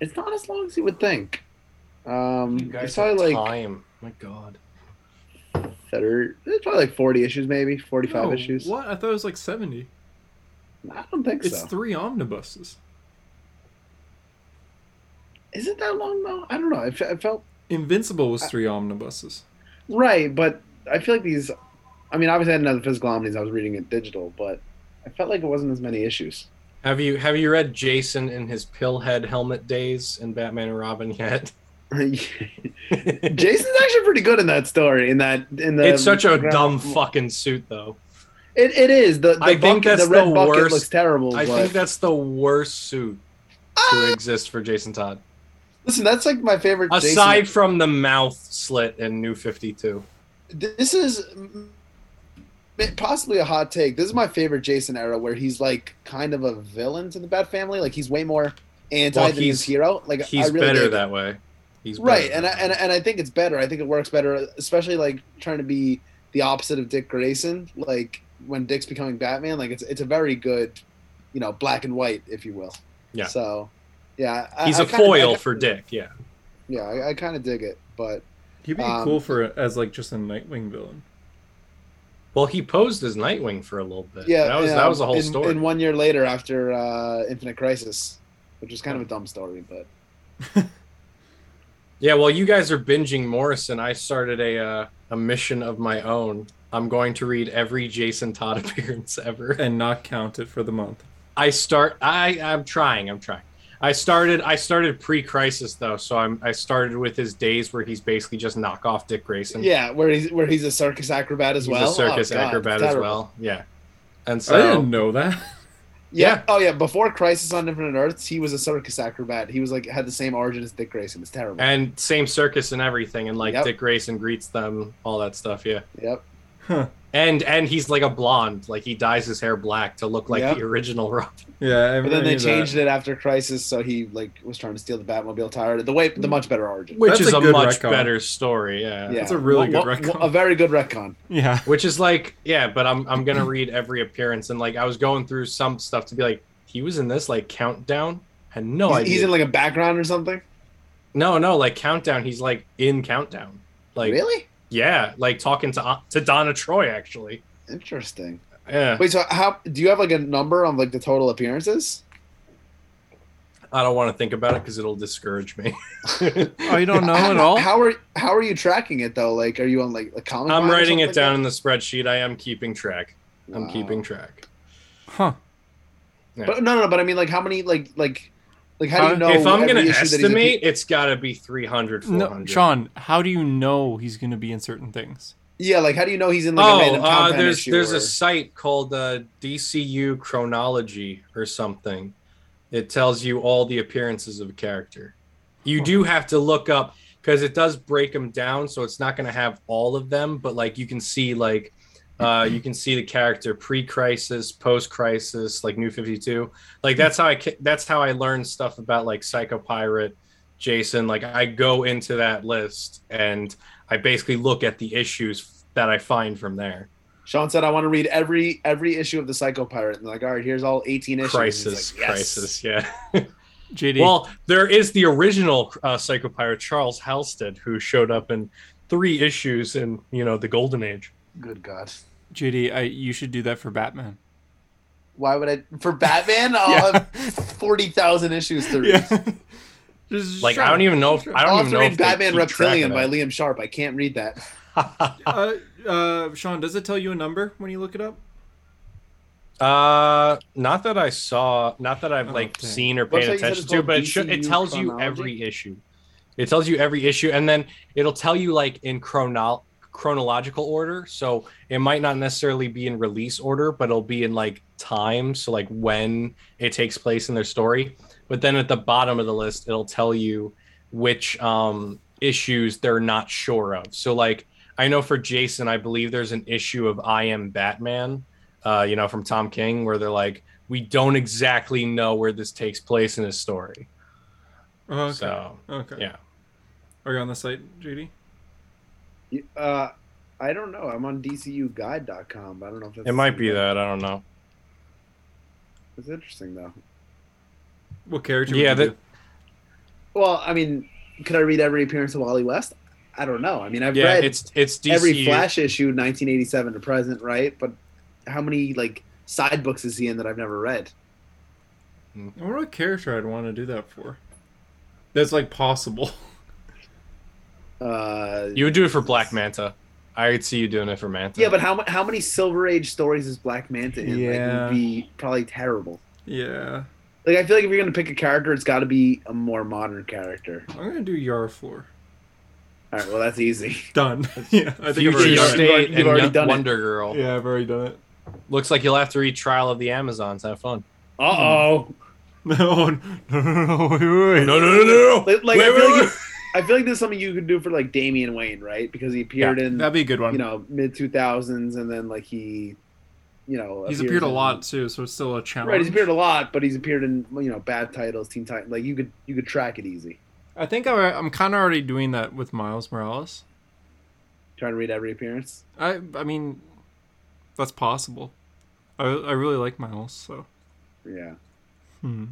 A: It's not as long as you would think. Um,
C: You guys
A: it's probably
C: have
A: like
C: time. My God.
A: thirty. It's probably like forty issues, maybe forty-five
B: No,
A: issues.
B: What? I thought it was like 70.
A: I don't think
B: It's
A: so.
B: three omnibuses.
A: Is it that long though? I don't know. I fe- I felt
B: Invincible was three omnibuses.
A: right, but I feel like these. I mean, obviously, I didn't have the physical omnis. I was reading it digital, but I felt like it wasn't as many issues.
C: Have you have you read Jason in his pillhead helmet days in Batman and Robin yet?
A: Jason's actually pretty good in that story. In that, in the
C: it's such a
A: ground-
C: dumb fucking suit though.
A: It, it is the, the
C: I
A: bucket-
C: think that's
A: the red
C: the
A: bucket
C: worst-
A: looks terrible.
C: I
A: but- Ah,
C: think that's the worst suit to exist for Jason Todd.
A: Listen, that's like my favorite. Jason-
C: Aside from the mouth slit in New 52.
A: this is mm, possibly a hot take. This is my favorite Jason era, where he's like kind of a villain to the Bat Family. Like he's way more anti
C: Well,
A: than
C: he's-
A: he's hero. Like
C: He's
A: I really
C: better
A: dig it.
C: that way. He's
A: right,
C: better
A: and I,
C: that way.
A: and and I think it's better. I think it works better, especially like trying to be the opposite of Dick Grayson. Like when Dick's becoming Batman, like it's it's a very good, you know, black and white, if you will.
C: Yeah.
A: So, yeah,
C: he's
A: a
C: a foil for Dick, yeah.
A: Yeah, I, I kind of dig it, but
B: He'd be
A: Um,
B: cool for as like just a Nightwing villain.
C: Well, he posed as Nightwing for a little bit.
A: yeah,
C: that was
A: yeah,
C: that was a whole
A: and-
C: story.
A: And one year later, after uh, Infinite Crisis, which was kind of a dumb story, but
C: Yeah, well, you guys are binging Morrison. I started a uh, a mission of my own. I'm going to read every Jason Todd appearance ever.
B: And not count it for the month.
C: I start. I I'm trying. I'm trying. I started. I started pre-crisis though, so I'm. I started with his days where he's basically just knockoff Dick Grayson.
A: yeah, where he's where he's a circus acrobat as
C: he's
A: well.
C: a circus
A: Oh, God,
C: acrobat
A: it's
C: as
A: terrible.
C: well. Yeah, and
B: I
C: so
B: didn't know that.
A: Yeah.
C: Yeah.
A: Oh yeah. Before Crisis on Infinite Earths, he was a circus acrobat. He was like had the same origin as Dick Grayson. It's terrible.
C: and same circus and everything, and like
A: Yep.
C: Dick Grayson greets them, all that stuff. Yeah.
A: yep.
B: Huh.
C: And and he's like a blonde, like he dyes his hair black to look like
A: Yep.
C: the original Robin.
B: Yeah, I
A: But then they
B: knew
C: uh,
B: that.
A: changed it after Crisis, so he like was trying to steal the Batmobile tire. The way the much better origin.
C: which
B: That's
C: is
B: a
C: a,
B: good
C: much
B: retcon.
C: better story yeah.
A: Yeah.
B: That's a really
A: Wha-
B: good
A: wha-
B: retcon.
A: A very good retcon.
B: Yeah.
C: which is like yeah but i'm i'm gonna read every appearance and like i was going through some stuff to be like he was in this like countdown had no
A: he's,
C: idea
A: he's in like a background or something.
C: no no like countdown he's like in countdown like
A: really?
C: yeah like talking to uh, to donna troy actually
A: Interesting.
C: yeah
A: Wait. So how do you have like a number on like the total appearances?
C: i don't want to think about it because it'll discourage me
B: Oh, you don't know
A: how,
B: at all?
A: How are how are you tracking it though? Like, are you on like a comic?
C: i'm
A: Vine or
C: writing
A: something
C: it
A: like
C: down in the spreadsheet i am keeping track
A: that?
C: i'm
A: Wow.
C: keeping track
B: Huh.
A: But no, no, no, but I mean, like, how many? Like, like, like, how do you know?
B: Uh,
C: if i'm
A: every
C: gonna
A: issue that he's appeared-
C: estimate it's gotta be 300
B: No,
C: 400
B: Sean, how do you know he's going to be in certain things?
A: Yeah, like how do you know he's in like a random
C: uh,
A: compound
C: there's
A: issue?
C: there's
A: or-
C: a site called uh, DCU Chronology or something. It tells you all the appearances of a character. You do have to look up because it does break them down, so it's not going to have all of them, but like you can see like uh, you can see the character pre-crisis, post-crisis, like New Fifty Two. Like that's how I ca- that's how I learned stuff about like Psycho Pirate, Jason. Like I go into that list and I basically look at the issues that I find from there.
A: Sean said, "I want to read every every issue of the Psycho Pirate." And like, all right, here's all 18 issues. And
C: Crisis,
A: he's like, yes.
C: crisis, yeah.
B: JD.
C: Well, there is the original uh, Psycho Pirate, Charles Halstead, who showed up in three issues in you know the Golden Age.
A: Good God,
B: JD, I, you should do that for Batman.
A: why would I for Batman? I'll have 40,000 issues to read.
B: Just-
C: Like
B: Sean,
C: I don't even know. If, I
A: I'll have
C: don't even
A: to
C: know.
A: read
C: if they
A: Batman
C: keep
A: Reptilian by
C: track
A: Liam Sharp. I can't read that.
C: of that.
B: uh, uh, Sean, does it tell you a number when you look it up?
C: Uh, not that I saw, not that I've
B: Oh,
C: like
B: dang.
C: seen or
A: Looks
C: paid
A: like it said
C: attention
A: it's
C: to,
A: called
C: but it, should, it
A: DCU
C: tells you
A: chronology.
C: every issue. It tells you every issue, and then it'll tell you like in chrono chronological order. So it might not necessarily be in release order, but it'll be in like time, so like when it takes place in their story. But then at the bottom of the list, it'll tell you which um issues they're not sure of. So like I know for Jason, I believe there's an issue of I Am Batman, uh, you know, from Tom King, where they're like, we don't exactly know where this takes place in his story.
B: Oh, Okay.
C: So
B: okay.
C: yeah.
B: Are you on the site, JD?
A: You- Uh, I don't know. I'm on DCUguide.com, but I don't know if that's
C: it might be that. I don't know.
A: It's interesting though.
B: What character?
C: Yeah,
B: Would you
C: that-
B: do?
A: Well, I mean, could I read every appearance of Wally West? I don't know. I mean, I've
C: Yeah,
A: read
C: it's it's DC.
A: every Flash issue, 1987 to present, right? But how many like side books is he in that I've never read?
B: I wonder what character I'd want to do that for. That's like possible.
A: Uh,
C: You would do it for Black Manta. I could see you doing it for Manta.
A: yeah, but how mu- how many Silver Age stories is Black Manta in?
B: Yeah.
A: Like, would be probably terrible.
B: yeah,
A: Like, I feel like if you're gonna pick a character, it's got to be a more modern character.
B: I'm gonna do Yarflor.
A: All right, well, that's easy.
B: Done. yeah, I think I've
C: Future
B: already
A: you've
B: done
A: already-
C: State
A: you've
C: and
A: already
C: Young
A: done it.
C: Wonder Girl.
B: it. Yeah, I've already done it.
C: Looks like you'll have to read Trial of the Amazons. Have fun.
A: Uh oh.
B: No, no, no, no, wait, wait, wait.
C: No, no, no, no.
A: Like, like,
C: wait,
A: I,
C: wait,
A: feel like
C: wait.
A: you- I feel like there's something you could do for like Damian Wayne, right? Because he appeared in
B: That'd be a good one.
A: you know mid 2000s, and then like he, you know,
B: he's
A: appears
B: appeared a
A: in-
B: lot too, so it's still a challenge.
A: Right, he's appeared a lot, but he's appeared in you know bad titles, Teen Titan. Like you could you could track it easy.
B: I think I, I'm kind of already doing that with Miles Morales.
A: Trying to read every appearance.
B: I I mean, that's possible. I I really like Miles, so
A: Yeah.
B: hmm.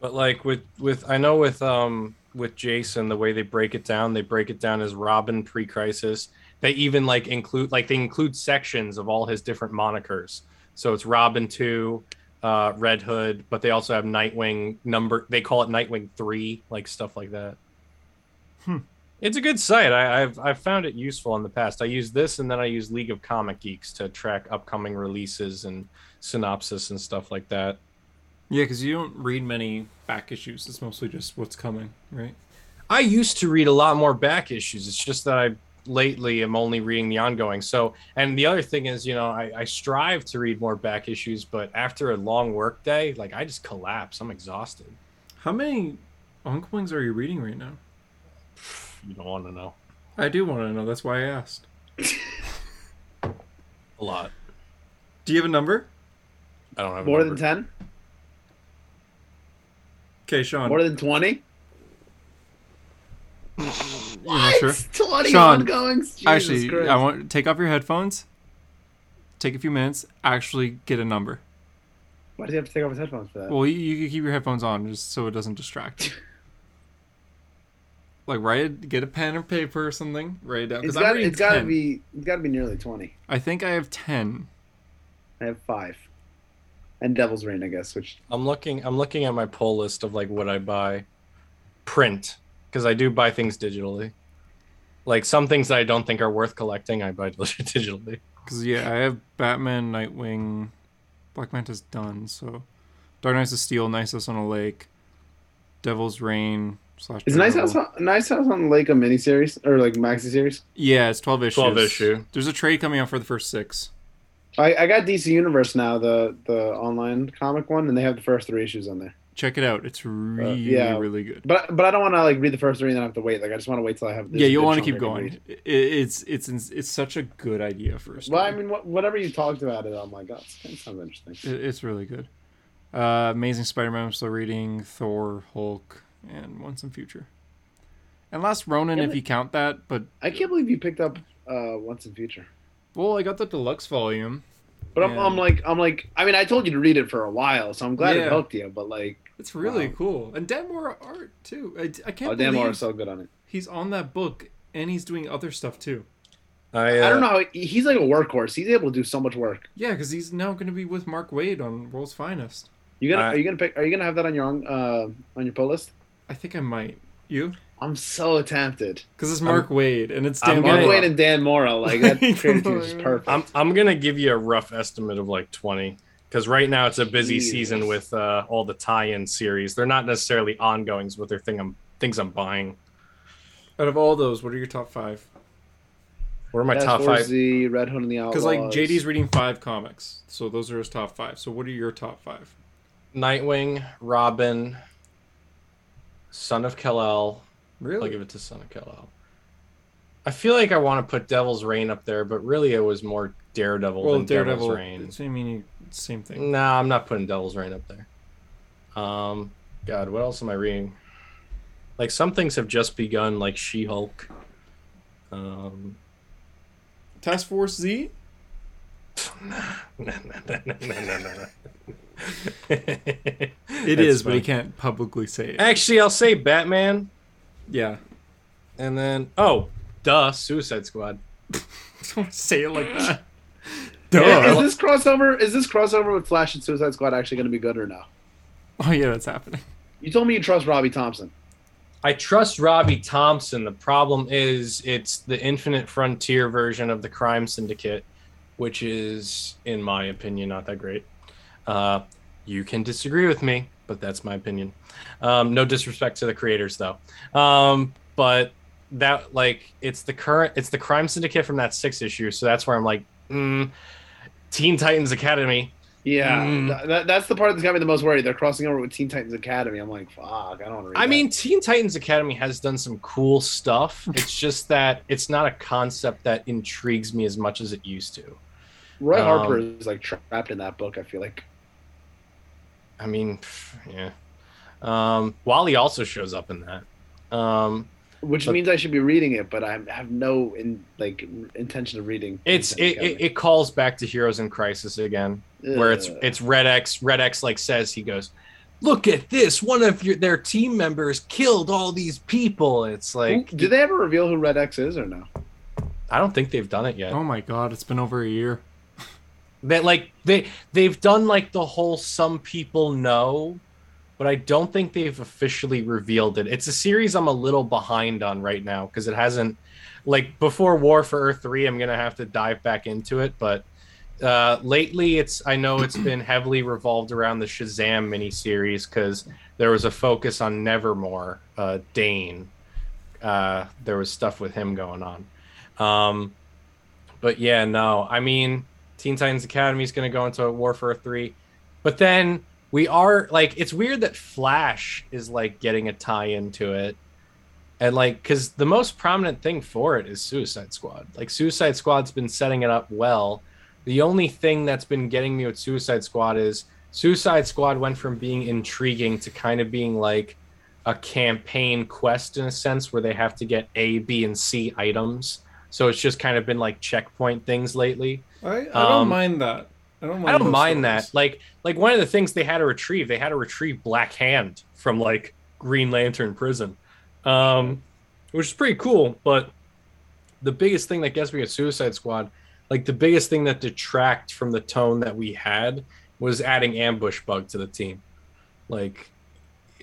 C: But like with with I know with um with Jason the way they break it down, they break it down as Robin pre-crisis. They even like include like they include sections of all his different monikers. So it's Robin 2, uh Red Hood, but they also have Nightwing number they call it Nightwing 3, like stuff like that.
B: Hmm.
C: It's a good site. I, I've I've found it useful in the past. I use this and then I use League of Comic Geeks to track upcoming releases and synopsis and stuff like that.
B: yeah, because you don't read many back issues. It's mostly just what's coming, right?
C: I used to read a lot more back issues. It's just that I lately am only reading the ongoing. So, and the other thing is, you know, I, I strive to read more back issues, but after a long work day, like I just collapse. I'm exhausted.
B: How many Unklings are you reading right now?
C: You don't want to know
B: I do want to know. That's why I asked.
C: a lot.
B: Do you have a number?
C: I don't have a
A: More than
C: number.
A: ten?
B: Okay, Sean.
A: More than twenty?
B: you not sure?
A: Twenty
B: Sean,
A: ongoings. Jesus
B: Actually,
A: Christ.
B: I want take off your headphones. Take a few minutes. Actually, get a number.
A: Why does he have to take off his headphones for that?
B: Well, you, you can keep your headphones on just so it doesn't distract. like write it, get a pen or paper or something. Write it down. 'cause
A: it's
B: I'm
A: got
B: reading
A: it's got to
B: 10.
A: be it's got to be nearly twenty.
B: I think I have ten.
A: I have five, and Devil's Reign, I guess, which
C: I'm looking. I'm looking at my poll list of like what I buy, print, because I do buy things digitally. Like some things that I don't think are worth collecting, I buy digitally.
B: Cause yeah, I have Batman, Nightwing, Black Manta's done. So, Dark Knights of Steel, Nice House on a Lake, Devil's Rain slash.
A: is Nice
B: Daredevil.
A: House on, Nice House on the Lake a miniseries or like maxi series.
B: Yeah, it's twelve issues.
C: 12 issue.
B: There's a trade coming out for the first six.
A: I, I got DC Universe now, the the online comic one, and they have the first three issues on there.
B: Check it out. It's really,
A: Uh, yeah.
B: really good.
A: But but I don't want to like read the first three and then have to wait. Like I just want to wait till I have. this
B: yeah, you'll
A: good
B: want to
A: chunk
B: keep
A: I can
B: going.
A: read.
B: I- i- it's it's ins- it's such a good idea for a
A: Well,
B: story.
A: I mean, what, whatever you talked about it, I'm like, oh, it's kind of sounds interesting.
B: It- it's really good. Uh, Amazing Spider-Man. I'm still reading Thor, Hulk, and Once in Future. And Last Ronin,
A: Yeah,
B: if
A: but-
B: you count that. But
A: I can't believe you picked up uh Once in Future.
B: well, I got the deluxe volume.
A: But I'm,
B: Yeah.
A: I'm like, I'm like, I mean, I told you to read it for a while, so I'm glad
B: Yeah.
A: it helped you. But like,
B: It's really
A: Wow.
B: cool. And Dan Mora art too. I, I can't
A: oh, damn,
B: believe
A: I'm so good on it.
B: he's on that book and he's doing other stuff too.
C: I, uh,
A: I don't know. How, he's like a workhorse. He's able to do so much work.
B: Yeah, because he's now going to be with Mark Wade on World's Finest.
A: You gonna
C: I-
A: are you gonna pick? Are you gonna have that on your own, uh on your pull list?
B: I think I might. You?
A: I'm so tempted.
B: Because it's
C: I'm-
B: Mark Wade and it's Dan
C: I'm
A: Mark
C: gonna-
B: Mora.
A: Wayne and Dan Mora, like that creative team is just perfect.
C: I'm I'm gonna give you a rough estimate of like 20. because right now it's a busy
A: Jesus.
C: season with uh, all the tie-in series. They're not necessarily ongoings, but they're thing I'm things I'm buying.
B: Out of all those, what are your top five?
C: What are my
A: Fast
C: top
A: Forward
C: five?
A: Z, Red Hood and the Outlaws.
B: Because like JD's reading five comics, so those are his top five. So what are your top five?
C: Nightwing, Robin, Son of Kal-El. I'll
B: Really?
C: give it to Son of Kal-El. I feel like I want to put Devil's Reign up there, but really it was more Daredevil
B: well,
C: than
B: Daredevil.
C: Devil's Reign.
B: it's- I mean, you- same thing.
C: No, I'm not putting Devil's Reign up there. Um, God, what else am I reading? Like some things have just begun, like She Hulk. Um,
B: Task Force Z.
C: no, no, no, no, no, no, no.
B: It is,
C: That's
B: but he
C: fine.
B: can't publicly say it.
C: Actually, I'll say Batman,
B: Yeah.
C: and then oh, duh, Suicide Squad.
B: Don't say it like that.
C: Oh,
A: Yeah, is
B: Duh.
A: this crossover? Is this crossover with Flash and Suicide Squad actually going to be good or no?
B: Oh yeah, that's happening.
A: You told me you trust Robbie Thompson.
C: I trust Robbie Thompson. The problem is it's the Infinite Frontier version of the Crime Syndicate, which is, in my opinion, not that great. Uh, you can disagree with me, but that's my opinion. Um, no disrespect to the creators, though. Um, but that, like, it's the current, it's the Crime Syndicate from that six issue. So that's where I'm like, mm, Teen Titans Academy.
A: Yeah,
C: Mm.
A: th- that, that's the part that's got me the most worried. They're crossing over with Teen Titans Academy. I'm like, fuck, I don't want to read.
C: I
A: that.
C: mean, Teen Titans Academy has done some cool stuff. It's just that it's not a concept that intrigues me as much as it used to.
A: Roy
C: um,
A: Harper is like trapped in that book. I feel like.
C: I mean, pff, yeah. Um, Wally also shows up in that. Um,
A: Which
C: But-
A: means I should be reading it, but I have no in, like intention of reading.
C: it's it, it, it calls back to Heroes in Crisis again, where it's it's Red X. Red X like says he goes, "Look at this! One of your their team members killed all these people." It's like
A: Did they ever reveal who Red X is or no?
C: I don't think they've done it yet.
B: Oh my god, it's been over a year.
C: that like they they've done like the whole some people know but i don't think they've officially revealed it it's a series i'm a little behind on right now because it hasn't like before war for earth 3 i'm gonna have to dive back into it but uh lately it's i know it's been heavily revolved around the shazam miniseries because there was a focus on nevermore uh dane uh there was stuff with him going on um but yeah no i mean Teen Titans Academy is going to go into War for Earth 3. But then we are like, it's weird that Flash is like getting a tie into it. And like, because the most prominent thing for it is Suicide Squad. Like, Suicide Squad's been setting it up well. The only thing that's been getting me with Suicide Squad is Suicide Squad went from being intriguing to kind of being like a campaign quest in a sense where they have to get A, B, and C items. So it's just kind of been like checkpoint things lately.
B: I, I don't
C: Um,
B: mind that. I don't mind.
C: I don't
B: those
C: mind that.
B: stories.
C: Like like one of the things they had to retrieve, they had to retrieve Black Hand from like Green Lantern prison. Um which is pretty cool, but the biggest thing that gets me at Suicide Squad, like the biggest thing that detract from the tone that we had was adding ambush bug to the team. Like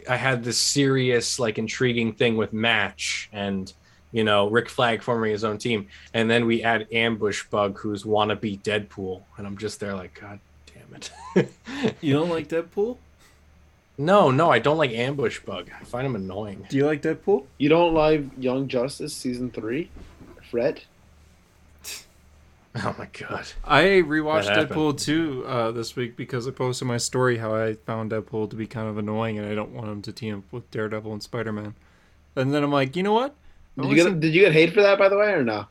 C: I had this serious, like intriguing thing with match and you know, Rick Flag forming his own team. And then we add Ambush Bug, who's wannabe Deadpool. And I'm just there like, God damn it.
B: You don't like Deadpool?
C: no, no, I don't like Ambush Bug. I find him annoying.
B: Do you like Deadpool?
A: You don't like Young Justice season three, Fred?
C: Oh my God.
B: I rewatched
C: That happened.
B: Deadpool 2 uh, this week because I posted my story how I found Deadpool to be kind of annoying and I don't want him to team up with Daredevil and Spider Man. And then I'm like, you know what? I,
A: Did
B: only
A: you, get,
B: seen-
A: did you get hate for that by the way or no?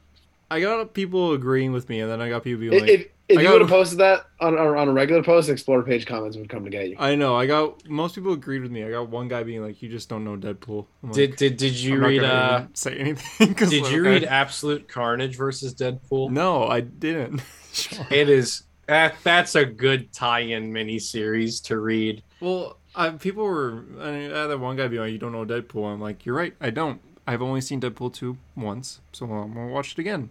B: I got people agreeing with me and then I got people being like,
A: if if
B: I
A: you
B: got-
A: would have posted that on, on on a regular post, Explorer page comments would come to get you.
B: I know. I got most people agreed with me. I got one guy being like, you just don't know Deadpool. I'm like,
C: Did did did
B: I'm
C: you
B: not
C: read
B: gonna
C: uh
B: even say anything? 'cause,
C: did
B: like,
C: you
B: I-
C: read Absolute Carnage versus Deadpool?
B: No, I didn't.
C: It is that, that's a good tie-in miniseries to read.
B: Well, I, people were. I, mean, I had that one guy be like, "You don't know Deadpool." I'm like, "You're right. I don't. I've only seen Deadpool two once, so I'm gonna watch it again."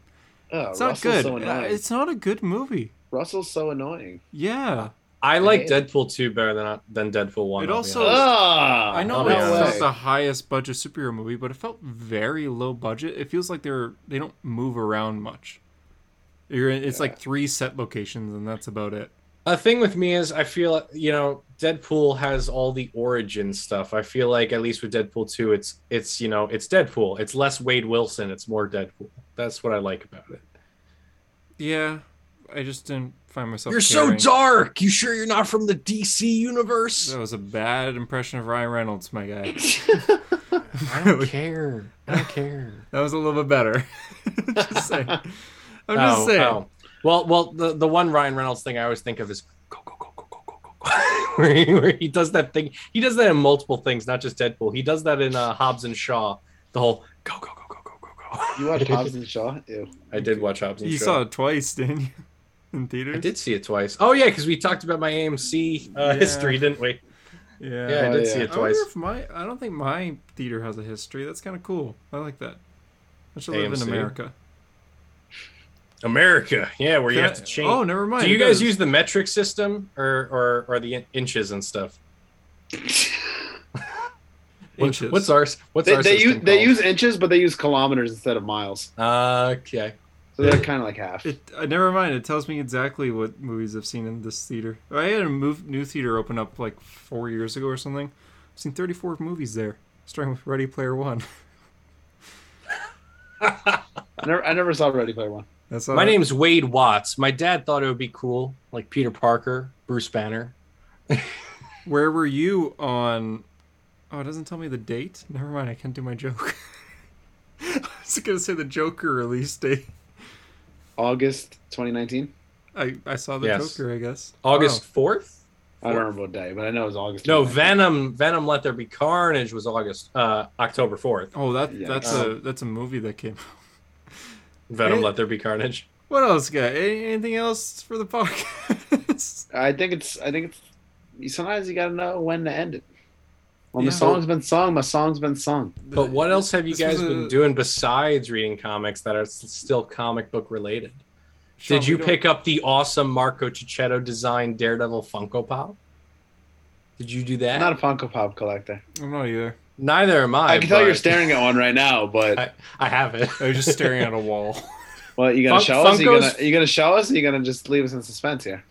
A: Oh,
B: It's not
A: Russell's
B: good.
A: So
B: Uh,
A: annoying.
B: it's not a good movie.
A: Russell's so annoying.
B: Yeah,
C: I like
A: hate it.
C: Deadpool 2 better than than Deadpool 1.
B: It
C: I'll be
B: also-
C: honest.
A: Ah,
B: I know
C: no
B: it's
C: way.
B: not the highest budget superhero movie, but it felt very low budget. It feels like they're they don't move around much. You're in, it's like three set locations, and that's about it.
C: a thing with me is I feel you know Deadpool has all the origin stuff. I feel like at least with Deadpool 2 it's it's you know it's Deadpool. It's less Wade Wilson, it's more Deadpool. That's what I like about it.
B: Yeah, I just didn't find myself.
C: You're
B: caring.
C: so dark. You sure you're not from the DC universe?
B: That was a bad impression of Ryan Reynolds, my guy.
C: I don't care. I don't care.
B: That was a little bit better. just saying. I'm just
C: Oh,
B: saying.
C: oh. Well, well, the, the one Ryan Reynolds thing I always think of is go go go go go go go, go, where, he, where he does that thing. He does that in multiple things, not just Deadpool. He does that in uh, Hobbs and Shaw. The whole go go go go go go go.
A: You watched Hobbs and Shaw? Ew.
C: I did watch Hobbs and
B: You
C: Shaw.
B: saw it twice, didn't you? In theaters?
C: I did see it twice. Oh yeah, because we talked about my AMC uh,
B: Yeah.
C: history, didn't we?
B: Yeah.
C: Yeah, I
A: Oh,
C: did
A: yeah.
C: see it
B: I wonder
C: twice.
B: if my I don't think my theater has a history. That's kind of cool. I like that. I should live in
C: AMC?
B: America.
C: America, yeah, where you
B: Can
C: have
B: I-
C: to change.
B: Oh, never mind.
C: Do you
B: It
C: guys
B: does.
C: use the metric system or or, or the in- inches and stuff? What-
B: inches?
C: What's ours? What's
A: They,
C: our
A: they
C: system
A: use they
C: called?
A: use inches, but they use kilometers instead of miles.
C: Uh, okay.
A: So they're kind of like half.
B: It uh, never mind. It tells me exactly what movies I've seen in this theater. Oh, I had a move, new theater open up like four years ago or something. I've seen 34 movies there, starting with Ready Player One.
A: I never, I never saw Ready Player One.
B: That's all
C: My
B: I-
C: name's Wade Watts. My dad thought it would be cool, like Peter Parker, Bruce Banner.
B: Where were you on? Oh, it doesn't tell me the date. Never mind. I can't do my joke. I was gonna say the Joker release date.
A: August 2019.
B: I, I saw the
C: Yes.
B: Joker. I guess
C: August
B: Oh.
C: fourth?
A: I don't remember what day, but I know it was August.
C: No,
A: 2019.
C: Venom. Venom. Let there be carnage was August, uh, October fourth.
B: Oh, that
A: Yeah.
B: that's
A: Oh.
B: a that's a movie that came. out.
C: Venom.
B: Eh.
C: Let there be carnage.
B: What else, guy? Any, anything else for the podcast?
A: I think it's I think it's. you- Sometimes you gotta know when to end it. When
B: Yeah.
A: the song's been sung, my song's been sung.
C: But what else have you
B: This was
C: guys been
B: a-
C: doing besides reading comics that are s- still comic book related?
B: Sean,
C: Did
B: we
C: you
B: don't-
C: pick up the awesome Marco Cicchetto designed Daredevil Funko Pop? Did you do that?
A: I'm not a Funko Pop collector.
B: I'm not either.
C: Neither am I.
A: I can tell you're
C: but
A: staring at one right now, but
C: I, I have it.
B: I was Oh, just staring at a wall.
A: Well, you gonna
C: Fun-
A: show us? You gonna
C: Funko's-
A: you gonna show us? Or you gonna just leave us in suspense here?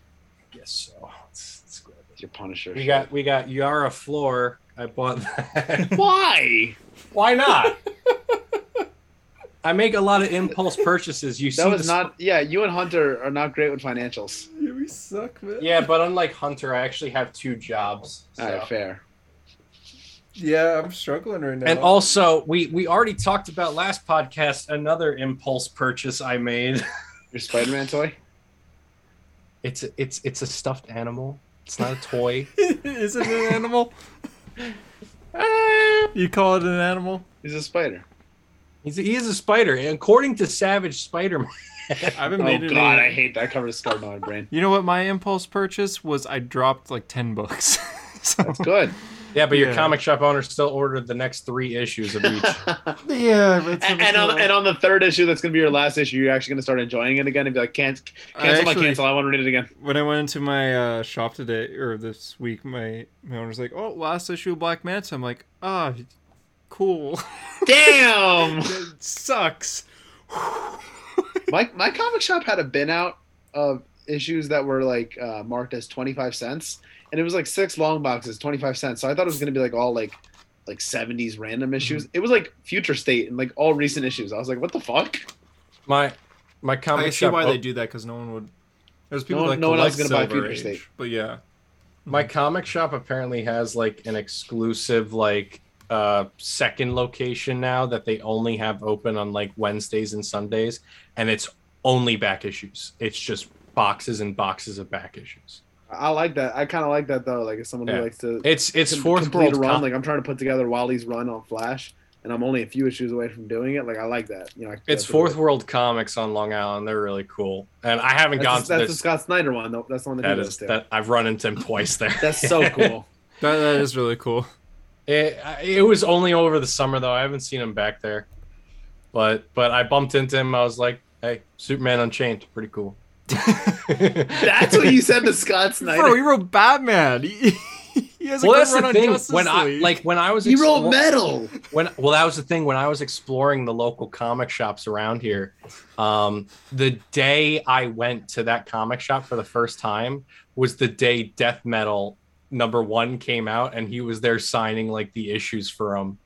C: Yes. So let's, let's grab it.
A: It's your Punisher.
C: We got we got Yara Floor. I bought that.
A: why?
C: Why not? I make a lot of impulse purchases. You see,
A: That was
C: this-
A: not. Yeah, you and Hunter are not great with financials.
B: yeah, we suck, man.
C: Yeah, but unlike Hunter, I actually have two jobs.
A: All
C: so.
A: right, fair.
B: yeah, I'm struggling right now.
C: And also, we we already talked about last podcast another impulse purchase I made.
A: Your Spider-Man toy.
C: It's a- it's it's a stuffed animal. It's not a toy.
B: is it an animal?
C: Ah,
B: You call it an animal?
A: He's a spider.
C: He's a, he is a spider, and according to Savage Spider-Man,
B: I haven't
A: Oh
B: made it.
A: God, I hate that cover is scarred on my brain.
B: You know what? My impulse purchase was I dropped like ten bucks. so
A: That's good.
C: yeah, but your
B: Yeah.
C: comic shop owner still ordered the next three issues of each.
B: yeah, but it's
A: and, and on and on the third issue, that's gonna be your last issue. You're actually gonna start enjoying it again and be like, cancel,
B: I
A: cancel my
B: actually-
A: cancel. I want to read it again.
B: when I went into my uh, shop today or this week, my my owner's like, "Oh, last issue of Black Manta." I'm like, "Ah, cool.
A: Damn.
B: it sucks."
A: my my comic shop had a bin out of issues that were like uh, marked as 25 cents and it was like six long boxes 25 cents so i thought it was going to be like all like like 70s
C: Mm-hmm.
A: random issues it was like future state and like all recent issues i was like what the fuck
C: My my comic
B: I see
C: shop
B: why
C: o-
B: they do that because no one would. There's people
A: No one-
B: that
A: no one else
B: collect
A: is gonna buy
B: Silver
A: Future
B: Age,
A: State.
B: but yeah,
C: my comic shop apparently has like an exclusive like uh second location now that they only have open on like Wednesdays and Sundays, and it's only back issues. It's just boxes and boxes of back issues.
A: i like that i kind of like that though like if someone
C: Yeah.
A: who likes to
C: It's it's
A: com-
C: fourth
A: complete
C: world
A: a run
C: com-
A: like i'm trying to put together wally's run on flash and i'm only a few issues away from doing it like i like that you know I,
C: it's
A: that's a-
C: fourth world comics on Long Island. They're really cool, and I haven't
A: that's,
C: gone
A: that's,
C: to
A: the
C: this.
A: scott snyder one though that's the one that,
C: That
A: he
C: is
A: does too.
C: that I've run into him twice there.
A: that's so cool
B: that, that is really cool.
C: It, it was only over the summer though. I haven't seen him back there, but but I bumped into him. I was like, "Hey, Superman Unchained, pretty cool."
A: that's what you said to scott snyder
B: Bro, he wrote Batman. He, he has a
C: Well,
B: good
C: that's
B: run
C: the
B: on
C: thing.
B: Justice
C: When I
B: League.
C: like when I was
A: He wrote
C: explo-
A: metal.
C: when well that was the thing when i was exploring the local comic shops around here um the day i went to that comic shop for the first time was the day death metal number one came out and he was there signing like the issues for him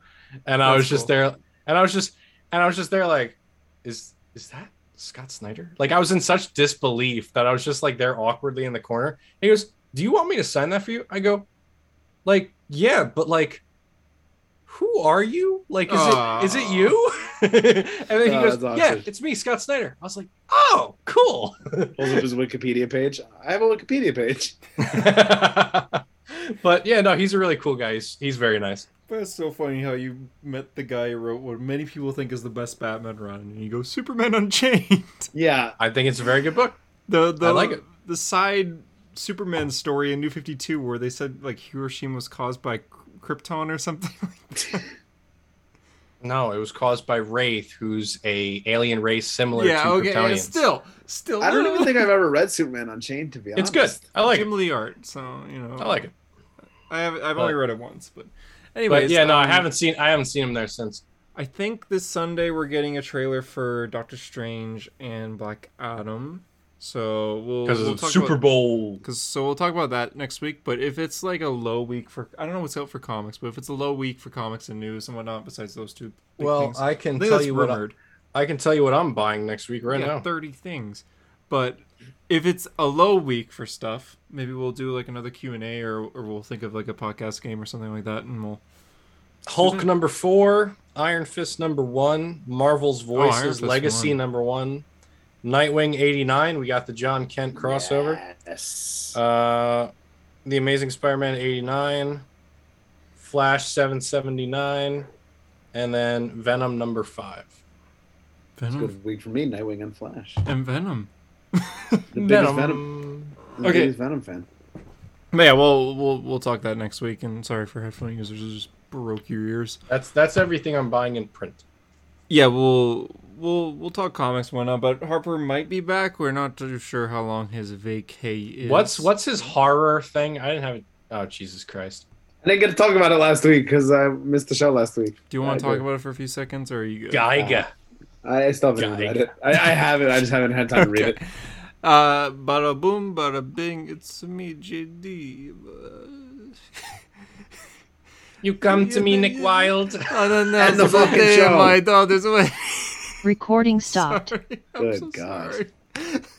C: and i
B: That's
C: was just
B: cool.
C: there and i was just and i was just there like is is that scott snyder like i was in such disbelief that i was just like there awkwardly in the corner and he goes do you want me to sign that for you i go like yeah but like who are you like is it is it you and then he
A: Oh,
C: goes
A: that's awesome.
C: yeah it's me scott snyder i was like oh cool
A: Pulls up his Wikipedia page. I have a Wikipedia page.
C: but yeah no he's a really cool guy he's, he's very nice
B: But it's so funny how you met the guy who wrote what many people think is the best Batman run, and you go Superman Unchained.
A: Yeah,
C: i think it's a very good book
B: The the
C: I like it.
B: the side Superman story in New Fifty Two where they said like Hiroshima was caused by Krypton or something. like that.
C: no it was caused by wraith who's a alien race similar
B: yeah,
C: to
B: okay. yeah,
C: kryptonians
B: still, still.
A: I don't
B: uh,
A: even think I've ever read Superman Unchained. To be
C: it's
A: honest,
C: good i like
B: Jim
C: it
B: Lee art. So you know,
C: i like it
B: I have. I've
C: But-
B: only read it once, but anyways.
C: but yeah no i
B: um,
C: haven't seen i haven't seen him there since
B: I think this Sunday we're getting a trailer for Doctor Strange and Black Adam. So we'll
C: because
B: we'll
C: of
B: talk
C: super
B: about-
C: bowl
B: Cause so we'll talk about that next week. But if it's like a low week for, I don't know what's out for comics, but if it's a low week for comics and news and whatnot, besides those two, big things,
C: i can
B: I think that's rumored.
C: I can tell you what I'm buying next week right
B: yeah,
C: now.
B: thirty things. But if it's a low week for stuff, maybe we'll do like another Q and A, or or we'll think of like a podcast game or something like that, and we'll.
C: Hulk
B: Mhm.
C: number four, Iron Fist number one, Marvel's
B: Oh, Iron
C: Voices
B: Fist
C: Legacy
B: one.
C: number one, Nightwing '89. We got the John Kent crossover.
A: Yes.
C: Uh, the Amazing Spider-Man '89, Flash 779, and then Venom number five.
A: It's a
B: Venom
A: good week for me. Nightwing and Flash.
B: and Venom.
A: The biggest Venom. the
B: Okay.
A: biggest Venom fan.
B: But yeah, well, we'll we'll talk that next week. And sorry for headphone users, it just broke your ears.
C: That's that's everything I'm buying in print.
B: Yeah, we'll we'll we'll talk comics and whatnot. But Harper might be back. We're not too sure how long his vacay is.
C: What's what's his horror thing? I didn't have it. Oh Jesus Christ!
A: I didn't get to talk about it last week because I missed the show last week.
B: Do you want
A: I
B: to talk
A: do.
B: about it for a few seconds, or are you good?
C: Geiga.
A: I, I still haven't
C: Guy.
A: read it. I, I have it. I just haven't had time to read it.
B: Okay. Uh, bada boom, bada bing. It's me, JD. Uh,
C: You come to me, Nick Wilde.
B: I don't know.
A: End the
B: it's the
A: fucking
B: day of
A: show.
B: My daughter's way.
D: Recording stopped.
B: Sorry. I'm
A: Good
B: so
A: God.
B: sorry.